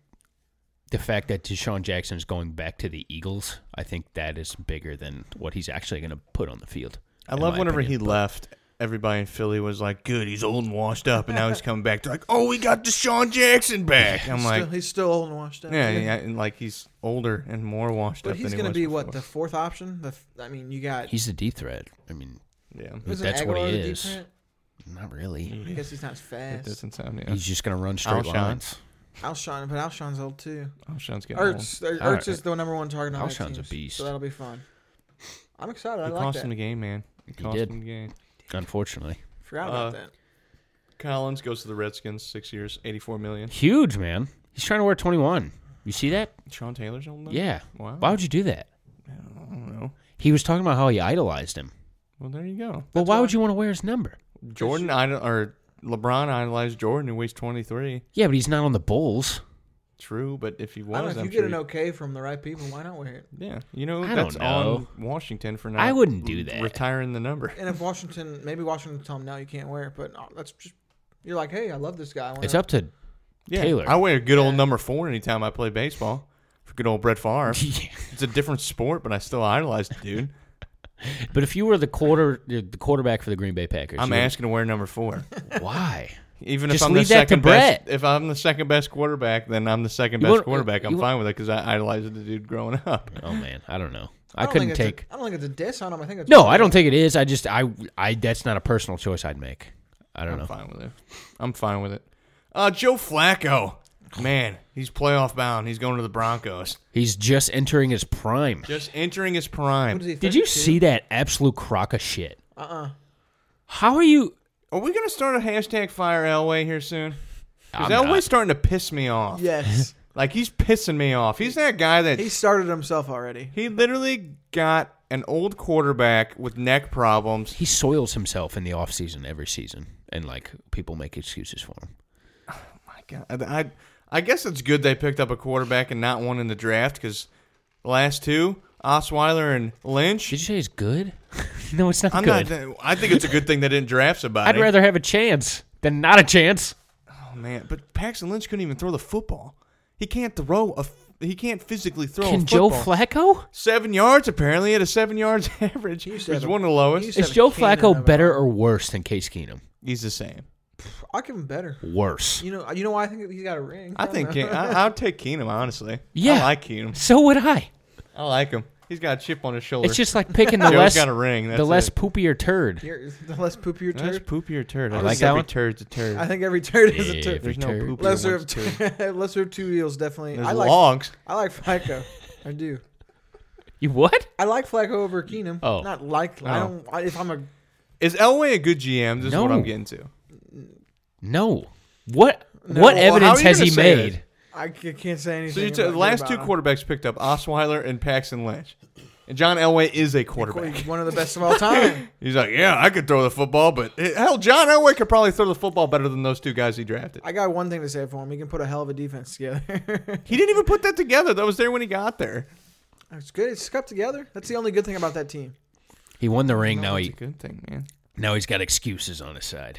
Speaker 5: the fact that Deshaun Jackson's going back to the Eagles, I think that is bigger than what he's actually going to put on the field.
Speaker 3: I
Speaker 5: in
Speaker 3: love
Speaker 5: my
Speaker 3: whenever
Speaker 5: opinion,
Speaker 3: he
Speaker 5: but-
Speaker 3: left. Everybody in Philly was like, "Good, he's old and washed up, and now he's coming back." They're like, "Oh, we got Deshaun Jackson back." I'm
Speaker 4: He's
Speaker 3: like,
Speaker 4: still, he's still old and washed up.
Speaker 3: yeah, yeah, and like he's older and more washed
Speaker 4: But
Speaker 3: up.
Speaker 4: he's
Speaker 3: going to
Speaker 4: be what the fourth option. The f- I mean, you got.
Speaker 5: He's a deep threat. I mean,
Speaker 3: yeah.
Speaker 4: isn't
Speaker 5: that's what he
Speaker 4: Aguilar the deep
Speaker 5: is.
Speaker 4: threat? Mm-hmm.
Speaker 5: not really.
Speaker 4: I guess he's not as
Speaker 3: It
Speaker 4: fast.
Speaker 3: doesn't sound. Yeah.
Speaker 5: He's just going to run straight
Speaker 3: Alshon.
Speaker 5: lines.
Speaker 4: Alshon, but Alshon's old too.
Speaker 3: Oh, Sean's getting old.
Speaker 4: Ertz, er- Ertz
Speaker 5: Alright.
Speaker 4: is the number one target on that
Speaker 5: Alshon's a
Speaker 4: team,
Speaker 5: beast.
Speaker 4: So that'll be fun. I'm excited. I
Speaker 3: He
Speaker 4: like
Speaker 3: cost
Speaker 4: that.
Speaker 3: him the game, man. He cost
Speaker 5: did.
Speaker 3: him the game.
Speaker 5: Unfortunately,
Speaker 4: Forgot about
Speaker 3: Uh,
Speaker 4: that.
Speaker 3: Collins goes to the Redskins, six years, eighty-four million.
Speaker 5: huge man. He's trying to wear 21. You see that?
Speaker 3: Sean Taylor's on that.
Speaker 5: Yeah.
Speaker 3: Wow.
Speaker 5: Why would you do that?
Speaker 3: I don't know.
Speaker 5: He was talking about how he idolized him.
Speaker 3: Well, there you go.
Speaker 5: Well, why would you want to wear his number?
Speaker 3: Jordan idol or LeBron idolized Jordan, who weighs twenty-three.
Speaker 5: Yeah, but he's not on the Bulls.
Speaker 3: True, but if he was,
Speaker 4: I don't know,
Speaker 3: am
Speaker 4: if you
Speaker 3: sure
Speaker 4: get an
Speaker 3: he-
Speaker 4: okay from the right people, why not wear it?
Speaker 3: Yeah, you know
Speaker 5: I
Speaker 3: that's
Speaker 5: don't know.
Speaker 3: on Washington for not.
Speaker 5: I wouldn't do that.
Speaker 3: Retiring the number.
Speaker 4: And if Washington, maybe Washington tell them now you can't wear it, but oh, that's just you're like, hey, I love this guy. I wanna-
Speaker 5: It's up to
Speaker 3: Yeah,
Speaker 5: Taylor.
Speaker 3: I wear good old number four anytime I play baseball. For good old Brett Favre.
Speaker 5: Yeah.
Speaker 3: It's a different sport, but I still idolize the dude.
Speaker 5: But if you were the quarter the quarterback for the Green Bay Packers,
Speaker 3: I'm
Speaker 5: you would-
Speaker 3: asking to wear number four.
Speaker 5: why?
Speaker 3: Even
Speaker 5: Just
Speaker 3: if I'm
Speaker 5: leave
Speaker 3: the
Speaker 5: that to
Speaker 3: second best,
Speaker 5: Brett.
Speaker 3: if I'm the second best quarterback, then I'm the second
Speaker 5: You
Speaker 3: best
Speaker 5: won't-
Speaker 3: quarterback. I'm
Speaker 5: you
Speaker 3: fine with it because I idolized the dude growing up.
Speaker 5: Oh man, I don't know.
Speaker 4: I
Speaker 5: I,
Speaker 4: don't
Speaker 5: couldn't
Speaker 4: think it's
Speaker 5: take.
Speaker 4: A, I don't think it's a diss on him. I think it's
Speaker 5: no, I don't think it is. I just I I that's not a personal choice I'd make. I don't
Speaker 3: I'm
Speaker 5: know.
Speaker 3: fine with it. I'm fine with it. Uh, Joe Flacco, man, he's playoff bound. He's going to the Broncos.
Speaker 5: He's just entering his prime.
Speaker 3: Just entering his
Speaker 4: What is
Speaker 3: prime.
Speaker 4: he,
Speaker 5: Did you
Speaker 4: 32?
Speaker 5: see that absolute crock of shit?
Speaker 4: Uh-uh.
Speaker 5: How are you?
Speaker 3: Are we gonna start a hashtag fire Elway here soon? Because
Speaker 5: I'm
Speaker 3: Elway's
Speaker 5: not.
Speaker 3: starting to piss me off.
Speaker 4: Yes.
Speaker 3: Like he's pissing me off. He's that guy that
Speaker 4: he started himself already.
Speaker 3: he literally got an old quarterback with neck problems.
Speaker 5: He soils himself in the offseason every season, and like people make excuses for him.
Speaker 3: My God, I I guess it's good they picked up a quarterback and not one in the draft because last two Osweiler and Lynch.
Speaker 5: Did you say he's good? no, it's not
Speaker 3: I'm
Speaker 5: good.
Speaker 3: not. I think it's a good thing they didn't draft somebody.
Speaker 5: I'd rather have a chance than not a chance.
Speaker 3: Oh, man, but Paxton Lynch couldn't even throw the football. He can't throw a. f- He can't physically throw. a
Speaker 5: Can Joe
Speaker 3: football.
Speaker 5: Flacco?
Speaker 3: Seven yards apparently at a seven yards average. He's
Speaker 4: said it.
Speaker 3: one of the
Speaker 4: You
Speaker 3: lowest.
Speaker 4: said
Speaker 5: Is
Speaker 4: a
Speaker 5: Joe
Speaker 4: cannon of
Speaker 5: Flacco
Speaker 4: an
Speaker 5: better
Speaker 4: arm.
Speaker 5: or worse than Case Keenum?
Speaker 3: He's the same.
Speaker 4: I'll give him better.
Speaker 5: Worse.
Speaker 4: You know, you know why I think he's got a ring.
Speaker 3: I
Speaker 4: don't
Speaker 3: think
Speaker 4: know.
Speaker 3: Ke- I, I'll take Keenum honestly.
Speaker 5: Yeah.
Speaker 3: I like Keenum.
Speaker 5: So would I.
Speaker 3: I like him. He's got a chip on his shoulder.
Speaker 5: It's just like picking the
Speaker 3: Joe's
Speaker 5: less
Speaker 3: got a ring,
Speaker 5: the
Speaker 3: that's
Speaker 5: less
Speaker 3: it.
Speaker 5: poopier turd.
Speaker 4: You're, the less poopy your
Speaker 3: That's
Speaker 4: turd.
Speaker 3: poopy or turd. I
Speaker 5: What
Speaker 3: like
Speaker 5: is that
Speaker 3: every
Speaker 5: one?
Speaker 3: turd's a turd.
Speaker 4: I think every turd is a
Speaker 5: Yeah,
Speaker 4: turd.
Speaker 5: every
Speaker 3: There's no
Speaker 5: turd.
Speaker 3: poopy.
Speaker 4: Lesser of
Speaker 3: one's turd.
Speaker 4: two, lesser of two eels, definitely.
Speaker 3: There's
Speaker 4: I like
Speaker 3: longs.
Speaker 4: I like Flacco. I do.
Speaker 5: You what?
Speaker 4: I like Flacco over Keenum.
Speaker 5: Oh.
Speaker 4: not like. I don't. I, if I'm a
Speaker 3: Is Elway a good GM? This is what
Speaker 5: No.
Speaker 3: I'm getting to.
Speaker 5: No. What?
Speaker 4: No, well,
Speaker 5: what
Speaker 4: how
Speaker 5: evidence
Speaker 3: are you
Speaker 5: has
Speaker 3: gonna
Speaker 5: he
Speaker 3: say
Speaker 5: made?
Speaker 3: that?
Speaker 4: I c- can't say anything.
Speaker 3: So you took
Speaker 4: about-
Speaker 3: the last
Speaker 4: about
Speaker 3: two
Speaker 4: him.
Speaker 3: quarterbacks picked up Osweiler and Paxton Lynch. And John Elway is a quarterback.
Speaker 4: He's one of the best of all time.
Speaker 3: He's like, yeah, I could throw the football, but eh, hell, John Elway could probably throw the football better than those two guys he drafted.
Speaker 4: I got one thing to say for him. He can put a hell of a defense together.
Speaker 3: He didn't even put that together. That was there when he got there.
Speaker 4: it's good. It's kept together. That's the only good thing about that team.
Speaker 5: He won the ring. now
Speaker 3: That's a
Speaker 5: he
Speaker 3: good thing, man.
Speaker 5: now he's got excuses on his side.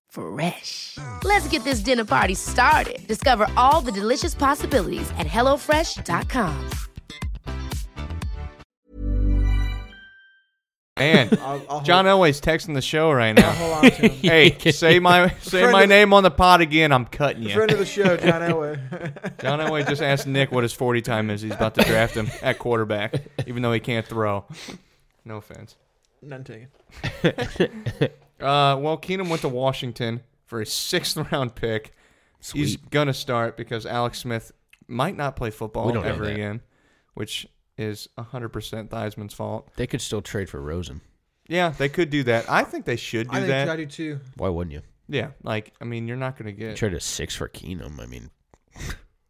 Speaker 2: Fresh. Let's get this dinner party started. Discover all the delicious possibilities at hellofresh.com.
Speaker 3: man.
Speaker 4: I'll, I'll
Speaker 3: John
Speaker 4: hold,
Speaker 3: Elway's texting the show right now.
Speaker 4: hold on to him.
Speaker 3: hey, say my say
Speaker 4: Friend
Speaker 3: my
Speaker 4: of-
Speaker 3: name on the pod again. I'm cutting you.
Speaker 4: Friend of the show, John Elway.
Speaker 3: John Elway just asked Nick what his 40 time is. He's about to draft him at quarterback, even though he can't throw. No offense.
Speaker 4: None taken.
Speaker 3: Uh, well, Keenum went to Washington for a sixth round pick. He's gonna start because Alex Smith might not play football
Speaker 5: We don't know
Speaker 3: ever
Speaker 5: that.
Speaker 3: again, which is 100% Theismann's fault.
Speaker 5: They could still trade for Rosen.
Speaker 3: Yeah, they could do that. I think they should do
Speaker 4: I think
Speaker 3: that.
Speaker 4: I do too.
Speaker 5: Why wouldn't you?
Speaker 3: Yeah, like I mean, you're not gonna
Speaker 5: You
Speaker 3: get
Speaker 5: trade a six for Keenum. I mean,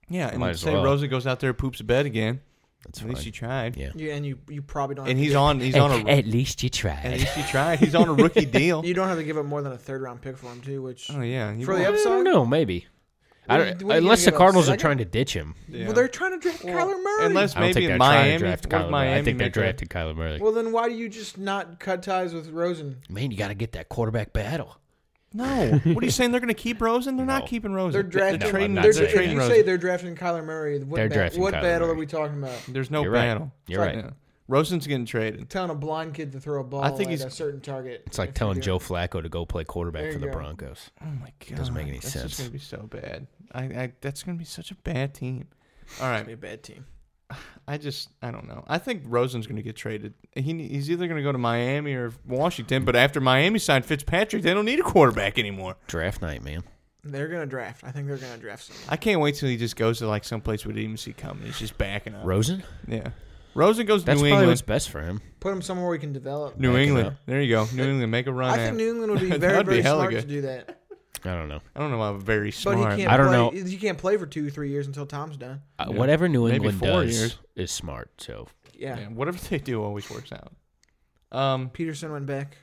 Speaker 3: yeah, and
Speaker 5: Might as
Speaker 3: say
Speaker 5: well.
Speaker 3: Rosa goes out there poops a bed again.
Speaker 5: That's
Speaker 3: At least
Speaker 5: fine.
Speaker 3: you tried.
Speaker 5: Yeah.
Speaker 4: You, and you, you probably don't.
Speaker 3: And
Speaker 4: have
Speaker 3: he's
Speaker 4: to
Speaker 3: on. He's on a.
Speaker 5: At least you
Speaker 3: At
Speaker 5: tried.
Speaker 3: least he tried. He's on a rookie deal.
Speaker 4: give, you don't have to give up more than a third round pick for him too, which
Speaker 3: Oh yeah. you
Speaker 4: for the
Speaker 3: won't.
Speaker 5: I
Speaker 4: upside.
Speaker 5: don't know. Maybe. I
Speaker 4: What are you-
Speaker 5: don't,
Speaker 4: what are you
Speaker 5: unless
Speaker 4: gonna
Speaker 5: the
Speaker 4: give up,
Speaker 5: Cardinals are
Speaker 4: second?
Speaker 5: trying to ditch him.
Speaker 3: Yeah.
Speaker 4: Well, they're trying to draft Kyler Murray.
Speaker 3: Unless
Speaker 5: I don't
Speaker 3: maybe
Speaker 5: think they're
Speaker 3: in
Speaker 5: trying
Speaker 3: Miami,
Speaker 5: to draft
Speaker 3: where'd
Speaker 5: Kyler Murray.
Speaker 3: Miami
Speaker 5: I think they're
Speaker 3: make that?
Speaker 5: drafted Kyler Murray.
Speaker 4: well, then why do you just not cut ties with Rosen?
Speaker 5: Man, you got to get that quarterback battle.
Speaker 3: No. what are you saying? They're going to keep Rosen? They're
Speaker 5: No.
Speaker 3: not keeping Rosen.
Speaker 4: They're drafting.
Speaker 5: No, I'm
Speaker 3: trading.
Speaker 5: not
Speaker 4: they're,
Speaker 5: saying
Speaker 4: if
Speaker 3: trading
Speaker 4: you
Speaker 5: that.
Speaker 4: say
Speaker 3: Rosen.
Speaker 4: they're drafting Kyler Murray, what,
Speaker 5: They're
Speaker 4: ba-
Speaker 5: drafting
Speaker 4: what
Speaker 5: Kyler
Speaker 4: battle
Speaker 5: Murray.
Speaker 4: are we talking about?
Speaker 3: There's no
Speaker 5: You're right.
Speaker 3: battle.
Speaker 5: You're
Speaker 3: It's
Speaker 5: right.
Speaker 3: yeah. Rosen's getting traded.
Speaker 4: Telling a blind kid to throw a ball
Speaker 3: I think
Speaker 4: at
Speaker 3: he's-
Speaker 4: a certain target.
Speaker 5: It's
Speaker 4: if
Speaker 5: like
Speaker 4: you do
Speaker 5: telling
Speaker 4: it.
Speaker 5: Joe Flacco to go play
Speaker 4: There
Speaker 5: quarterback for
Speaker 4: you
Speaker 5: the
Speaker 4: go.
Speaker 5: Broncos.
Speaker 3: Oh my god.
Speaker 5: Doesn't make any
Speaker 3: that's That's
Speaker 5: sense.
Speaker 3: going to be so bad. I, I that's going to be such a bad team. All
Speaker 4: That'd be
Speaker 3: right.
Speaker 4: a bad team.
Speaker 3: I just I don't know. I think Rosen's going to get traded. He he's either going to go to Miami or Washington, but after Miami signed Fitzpatrick, they don't need a quarterback anymore.
Speaker 5: Draft night, man.
Speaker 4: They're gonna draft. I think they're gonna draft someone.
Speaker 3: I can't wait till he just goes to like someplace we didn't even see coming. He's just backing up.
Speaker 5: Rosen?
Speaker 3: yeah. Rosen goes to
Speaker 5: That's
Speaker 3: New
Speaker 5: probably
Speaker 3: England.
Speaker 5: what's best for him.
Speaker 4: Put him somewhere we can develop.
Speaker 3: New
Speaker 5: Backing
Speaker 3: England.
Speaker 5: up.
Speaker 3: There you go. New England make a run
Speaker 4: I
Speaker 3: at.
Speaker 4: think
Speaker 3: it.
Speaker 4: New England would be
Speaker 3: That'd
Speaker 4: very, very
Speaker 3: hella
Speaker 4: smart
Speaker 3: good.
Speaker 4: to do that.
Speaker 5: I don't know.
Speaker 3: I don't know about very
Speaker 4: But
Speaker 3: smart.
Speaker 4: he can't.
Speaker 5: I don't
Speaker 4: play,
Speaker 5: know.
Speaker 4: He can't play for two, three years until Tom's done.
Speaker 5: Uh,
Speaker 3: Yeah.
Speaker 5: Whatever New
Speaker 3: Maybe
Speaker 5: England
Speaker 3: four
Speaker 5: does
Speaker 3: years.
Speaker 5: is smart. So
Speaker 4: Yeah.
Speaker 3: Yeah, whatever they do always works out. Um,
Speaker 4: Peterson went back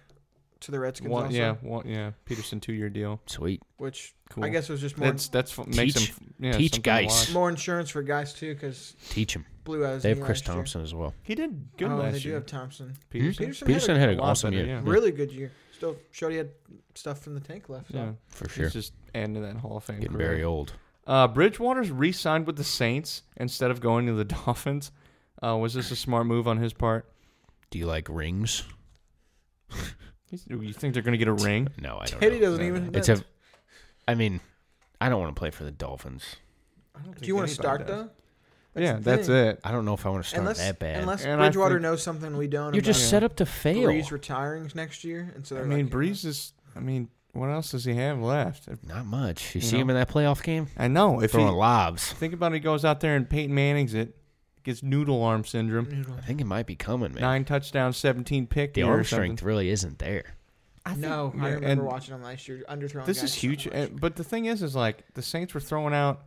Speaker 4: to the Redskins.
Speaker 3: one,
Speaker 4: also,
Speaker 3: yeah, one, yeah. Peterson two year deal.
Speaker 5: sweet.
Speaker 4: Which
Speaker 3: Cool.
Speaker 4: I guess was just more
Speaker 3: That's that's f- makes
Speaker 5: Teach-
Speaker 3: him yeah,
Speaker 5: teach
Speaker 3: something to
Speaker 5: guys.
Speaker 3: watch.
Speaker 4: more insurance for guys too, because
Speaker 5: Teach him.
Speaker 4: blew out. His
Speaker 5: They have
Speaker 4: knee
Speaker 5: Chris
Speaker 4: last year.
Speaker 5: Thompson as well.
Speaker 3: He did good
Speaker 4: oh,
Speaker 3: last
Speaker 4: they do
Speaker 3: year.
Speaker 4: have Thompson.
Speaker 3: Peterson.
Speaker 4: Peterson,
Speaker 5: Peterson
Speaker 4: had
Speaker 5: had
Speaker 4: a
Speaker 5: an
Speaker 3: lot
Speaker 5: awesome
Speaker 3: better,
Speaker 5: year.
Speaker 3: yeah.
Speaker 4: really good year. Still showed he had stuff from the tank left. So.
Speaker 3: Yeah,
Speaker 5: For sure.
Speaker 3: He's just ending that Hall of Fame
Speaker 5: Getting
Speaker 3: career.
Speaker 5: very old.
Speaker 3: Uh, Bridgewater's re-signed with the Saints instead of going to the Dolphins. Uh, was this a smart move on his part?
Speaker 5: Do you like rings?
Speaker 3: He's- You think they're going to get a ring?
Speaker 5: No, I don't.
Speaker 4: Teddy
Speaker 5: know.
Speaker 4: doesn't
Speaker 5: No, no.
Speaker 4: even-
Speaker 5: It's a. I mean, I don't want to play for the Dolphins.
Speaker 4: Do you want to start though? That's
Speaker 3: yeah,
Speaker 4: the
Speaker 3: that's
Speaker 4: thing.
Speaker 3: it.
Speaker 5: I don't know if I want to start
Speaker 4: Unless
Speaker 5: that bad.
Speaker 4: unless
Speaker 3: And I
Speaker 4: Bridgewater
Speaker 3: think-
Speaker 4: knows something we don't.
Speaker 5: You're just
Speaker 4: about
Speaker 5: set up to fail.
Speaker 4: Breeze retiring next year, and so
Speaker 3: I
Speaker 4: they're
Speaker 3: mean,
Speaker 4: like,
Speaker 3: Breeze is. I mean, what else does he have left?
Speaker 5: Not much. You,
Speaker 3: You
Speaker 5: see him
Speaker 3: know?
Speaker 5: in that playoff game
Speaker 3: I know Oh, if he,
Speaker 5: throwing lobs.
Speaker 3: Think about it. He goes out there and Peyton Manning's it. Gets noodle arm syndrome.
Speaker 5: I think it might be coming, man.
Speaker 3: Nine touchdowns, 17 pick.
Speaker 5: the
Speaker 3: year or
Speaker 5: arm
Speaker 3: something.
Speaker 5: strength really isn't there.
Speaker 3: I think-
Speaker 4: No,
Speaker 3: yeah,
Speaker 4: I
Speaker 3: and
Speaker 4: remember watching him last year. Underthrowing.
Speaker 3: This
Speaker 4: guys
Speaker 3: is
Speaker 4: so
Speaker 3: huge.
Speaker 4: much.
Speaker 3: and- but the thing is, is like the Saints were throwing out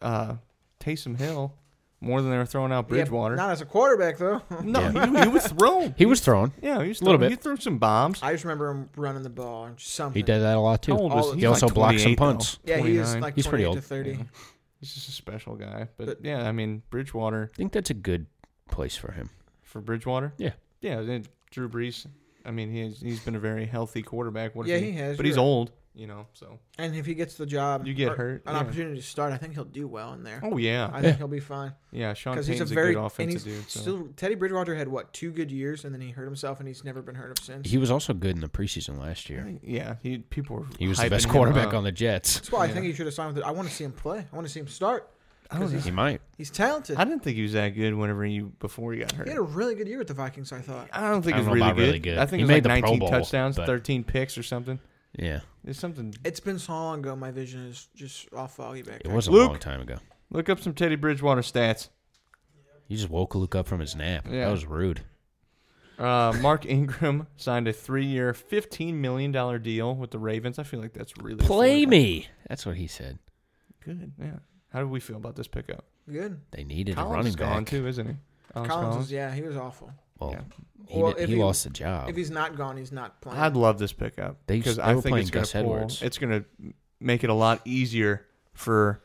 Speaker 3: uh, Taysom Hill more than they were throwing out
Speaker 4: Yeah,
Speaker 3: Bridgewater.
Speaker 4: not as a quarterback though.
Speaker 3: no,
Speaker 5: Yeah.
Speaker 3: he, he was thrown.
Speaker 5: He was throwing.
Speaker 3: Yeah, he was
Speaker 5: A little
Speaker 3: throwing-
Speaker 5: bit.
Speaker 3: He threw some bombs.
Speaker 4: I just remember him running the ball and something.
Speaker 5: He did that a lot
Speaker 3: How
Speaker 5: too.
Speaker 3: old was he?
Speaker 4: He
Speaker 3: He's
Speaker 5: also
Speaker 3: like
Speaker 5: blocked some
Speaker 3: 28 though.
Speaker 5: punts.
Speaker 4: Yeah, he is
Speaker 3: 29.
Speaker 4: like
Speaker 5: He's pretty
Speaker 4: 28
Speaker 5: old.
Speaker 4: to thirty.
Speaker 3: Yeah. He's just a special guy. But, yeah, I mean Bridgewater
Speaker 5: I think that's a good place for him.
Speaker 3: for Bridgewater.
Speaker 5: Yeah.
Speaker 3: Yeah, then Drew Brees. I mean, he's he's been a very healthy quarterback. What if
Speaker 4: Yeah, he has,
Speaker 3: But
Speaker 4: you're
Speaker 3: he's
Speaker 4: right.
Speaker 3: old, you know. So
Speaker 4: And if he gets the job,
Speaker 3: You get
Speaker 4: or
Speaker 3: hurt,
Speaker 4: An
Speaker 3: yeah.
Speaker 4: opportunity to start. I think he'll do well in there.
Speaker 3: Oh yeah,
Speaker 4: I think he'll be fine
Speaker 3: yeah. Sean
Speaker 4: because
Speaker 3: Payton's
Speaker 4: he's
Speaker 3: a,
Speaker 4: a very
Speaker 3: good
Speaker 4: and
Speaker 3: offensive
Speaker 4: he's
Speaker 3: dude. So.
Speaker 4: still Teddy Bridgewater had what two good years and then he hurt himself and he's never been hurt of since.
Speaker 5: He was also good in the preseason last year.
Speaker 3: yeah, he people were.
Speaker 5: He was the
Speaker 3: hyping
Speaker 5: best
Speaker 3: him
Speaker 5: quarterback
Speaker 3: up.
Speaker 5: on the Jets.
Speaker 4: That's why I think he should have signed with. it. I want to see him play. I want to see him start. Because
Speaker 5: He
Speaker 4: he's,
Speaker 5: might.
Speaker 4: he's talented.
Speaker 3: I didn't think he was that good whenever you before he got hurt.
Speaker 4: He had a really good year with the Vikings. I thought.
Speaker 3: I don't think it
Speaker 5: I
Speaker 3: was
Speaker 5: don't know
Speaker 3: really
Speaker 5: about
Speaker 3: good.
Speaker 5: really good.
Speaker 3: I think
Speaker 5: He
Speaker 3: it was
Speaker 5: made
Speaker 3: like
Speaker 5: the Pro
Speaker 3: 19
Speaker 5: Bowl,
Speaker 3: touchdowns,
Speaker 5: but-
Speaker 3: 13 picks or something.
Speaker 5: Yeah.
Speaker 3: There's something.
Speaker 4: It's been so long ago. My vision is just all foggy back.
Speaker 5: It
Speaker 4: there.
Speaker 5: was a
Speaker 3: Luke.
Speaker 5: long time ago.
Speaker 3: Look up some Teddy Bridgewater stats.
Speaker 5: You just woke Luke up from his nap.
Speaker 3: Yeah.
Speaker 5: That was rude.
Speaker 3: Uh, Mark Ingram signed a three-year, fifteen million dollar deal with the Ravens. I feel like that's really
Speaker 5: Play
Speaker 3: affordable.
Speaker 5: me. That's what he said.
Speaker 3: Good. Yeah. How do we feel about this pickup?
Speaker 4: good.
Speaker 5: They needed a
Speaker 3: Collins
Speaker 5: running
Speaker 3: is gone
Speaker 5: back.
Speaker 3: too, isn't he? Alex
Speaker 4: Collins,
Speaker 3: Collins?
Speaker 4: is, yeah, he was awful.
Speaker 5: Well, he,
Speaker 4: Well,
Speaker 5: did-
Speaker 4: if
Speaker 5: he
Speaker 4: he-
Speaker 5: lost the job.
Speaker 4: If he's not gone, he's not playing.
Speaker 3: I'd love this pickup
Speaker 5: They-
Speaker 3: because
Speaker 5: they
Speaker 3: I
Speaker 5: were
Speaker 3: think
Speaker 5: playing
Speaker 3: it's going
Speaker 5: Gus
Speaker 3: to pull.
Speaker 5: Edwards.
Speaker 3: It's going to make it a lot easier for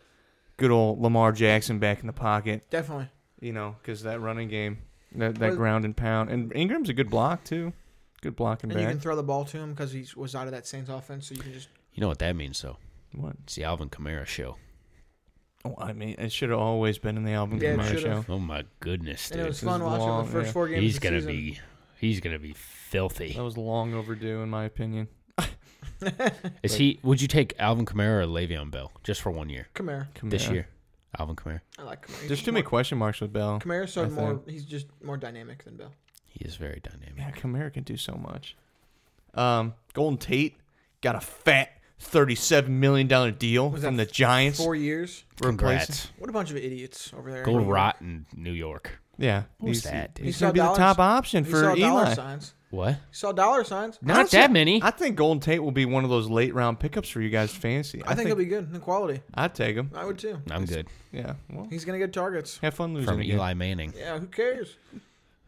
Speaker 3: good old Lamar Jackson back in the pocket.
Speaker 4: Definitely.
Speaker 3: You know, because that running game, that, that
Speaker 4: Well-
Speaker 3: ground and pound, and Ingram's a good block too. Good blocking
Speaker 4: And
Speaker 3: back.
Speaker 4: you can throw the ball to him because he was out of that Saints offense, so you can just
Speaker 5: you know what that means, though?
Speaker 3: what?
Speaker 5: It's the Alvin Kamara show.
Speaker 3: Oh, I mean, it should have always been in the album
Speaker 4: Yeah, it
Speaker 3: Kamara
Speaker 4: should've.
Speaker 3: show.
Speaker 5: Oh my goodness,
Speaker 4: And it was
Speaker 5: dude!
Speaker 3: This
Speaker 4: fun
Speaker 3: is
Speaker 4: watching
Speaker 3: long,
Speaker 4: the first
Speaker 3: yeah.
Speaker 4: four games.
Speaker 5: He's
Speaker 4: of the
Speaker 5: gonna
Speaker 4: season.
Speaker 5: be, he's gonna be filthy.
Speaker 3: That was long overdue, in my opinion.
Speaker 5: Is he? Would you take Alvin Kamara or Le'Veon Bell just for one year
Speaker 4: Kamara.
Speaker 5: this
Speaker 3: Kamara.
Speaker 5: year? Alvin Kamara,
Speaker 4: I like Kamara. He's
Speaker 3: There's
Speaker 4: just
Speaker 3: too many
Speaker 4: more-
Speaker 3: question marks with Bell.
Speaker 4: Kamara
Speaker 3: I
Speaker 4: showed more.
Speaker 3: think.
Speaker 4: He's just more dynamic than Bill.
Speaker 5: he is very dynamic.
Speaker 3: Yeah, Kamara can do so much. Um, Golden Tate got a fat thirty-seven million dollar deal
Speaker 4: Was that
Speaker 3: from the Giants.
Speaker 4: Four years.
Speaker 5: Congrats.
Speaker 4: What a bunch of idiots over there.
Speaker 5: Go rot in New York.
Speaker 3: Yeah,
Speaker 5: What was
Speaker 3: he's,
Speaker 5: that, dude?
Speaker 4: He
Speaker 3: he's
Speaker 4: saw
Speaker 3: gonna be
Speaker 4: dollar-
Speaker 3: the top option
Speaker 4: he
Speaker 3: for
Speaker 4: saw dollar
Speaker 3: Eli.
Speaker 4: signs.
Speaker 5: What?
Speaker 4: He saw dollar signs.
Speaker 5: Not that many.
Speaker 3: I think Golden Tate will be one of those late round pickups for you guys. Fancy?
Speaker 4: I, think, he'll be good in quality.
Speaker 3: I'd take him.
Speaker 4: I would too.
Speaker 5: I'm good.
Speaker 3: Yeah. Well,
Speaker 4: He's gonna get targets.
Speaker 3: have fun losing
Speaker 5: From
Speaker 3: again.
Speaker 5: Eli Manning.
Speaker 4: Yeah, who cares?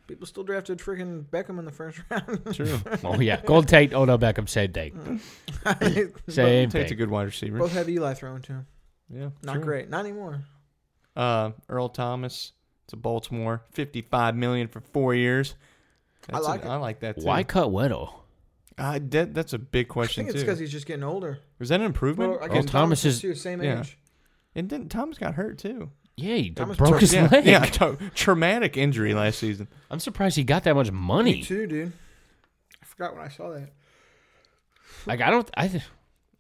Speaker 4: People still drafted freaking Beckham in the first round.
Speaker 3: True.
Speaker 5: Oh yeah, Gold Tate, Odell Beckham, same thing. same
Speaker 3: Mm. Tate's a
Speaker 5: thing.
Speaker 3: good wide receiver.
Speaker 4: Both have Eli throwing to him.
Speaker 3: Yeah.
Speaker 4: Not
Speaker 3: true.
Speaker 4: great. Not anymore.
Speaker 3: Uh, Earl Thomas to Baltimore, fifty-five million for four years. That's
Speaker 4: like
Speaker 3: a,
Speaker 4: it.
Speaker 3: I like that too.
Speaker 5: Why cut Weddle?
Speaker 3: I that, that's a big
Speaker 4: I
Speaker 3: question
Speaker 4: think it's
Speaker 3: too.
Speaker 4: because he's just getting older.
Speaker 3: Is that an improvement?
Speaker 4: Well, I
Speaker 5: Earl
Speaker 4: guess
Speaker 5: Thomas is-
Speaker 4: too, same
Speaker 3: yeah.
Speaker 4: age.
Speaker 3: and then Thomas got hurt too.
Speaker 5: Yeah, he
Speaker 4: Thomas
Speaker 5: broke
Speaker 4: Turk-
Speaker 5: his
Speaker 3: Yeah,
Speaker 5: leg.
Speaker 3: yeah, tra- traumatic injury last season.
Speaker 5: I'm surprised he got that much money.
Speaker 4: Me too, dude. I forgot when I saw that.
Speaker 5: Like I don't. I. Th-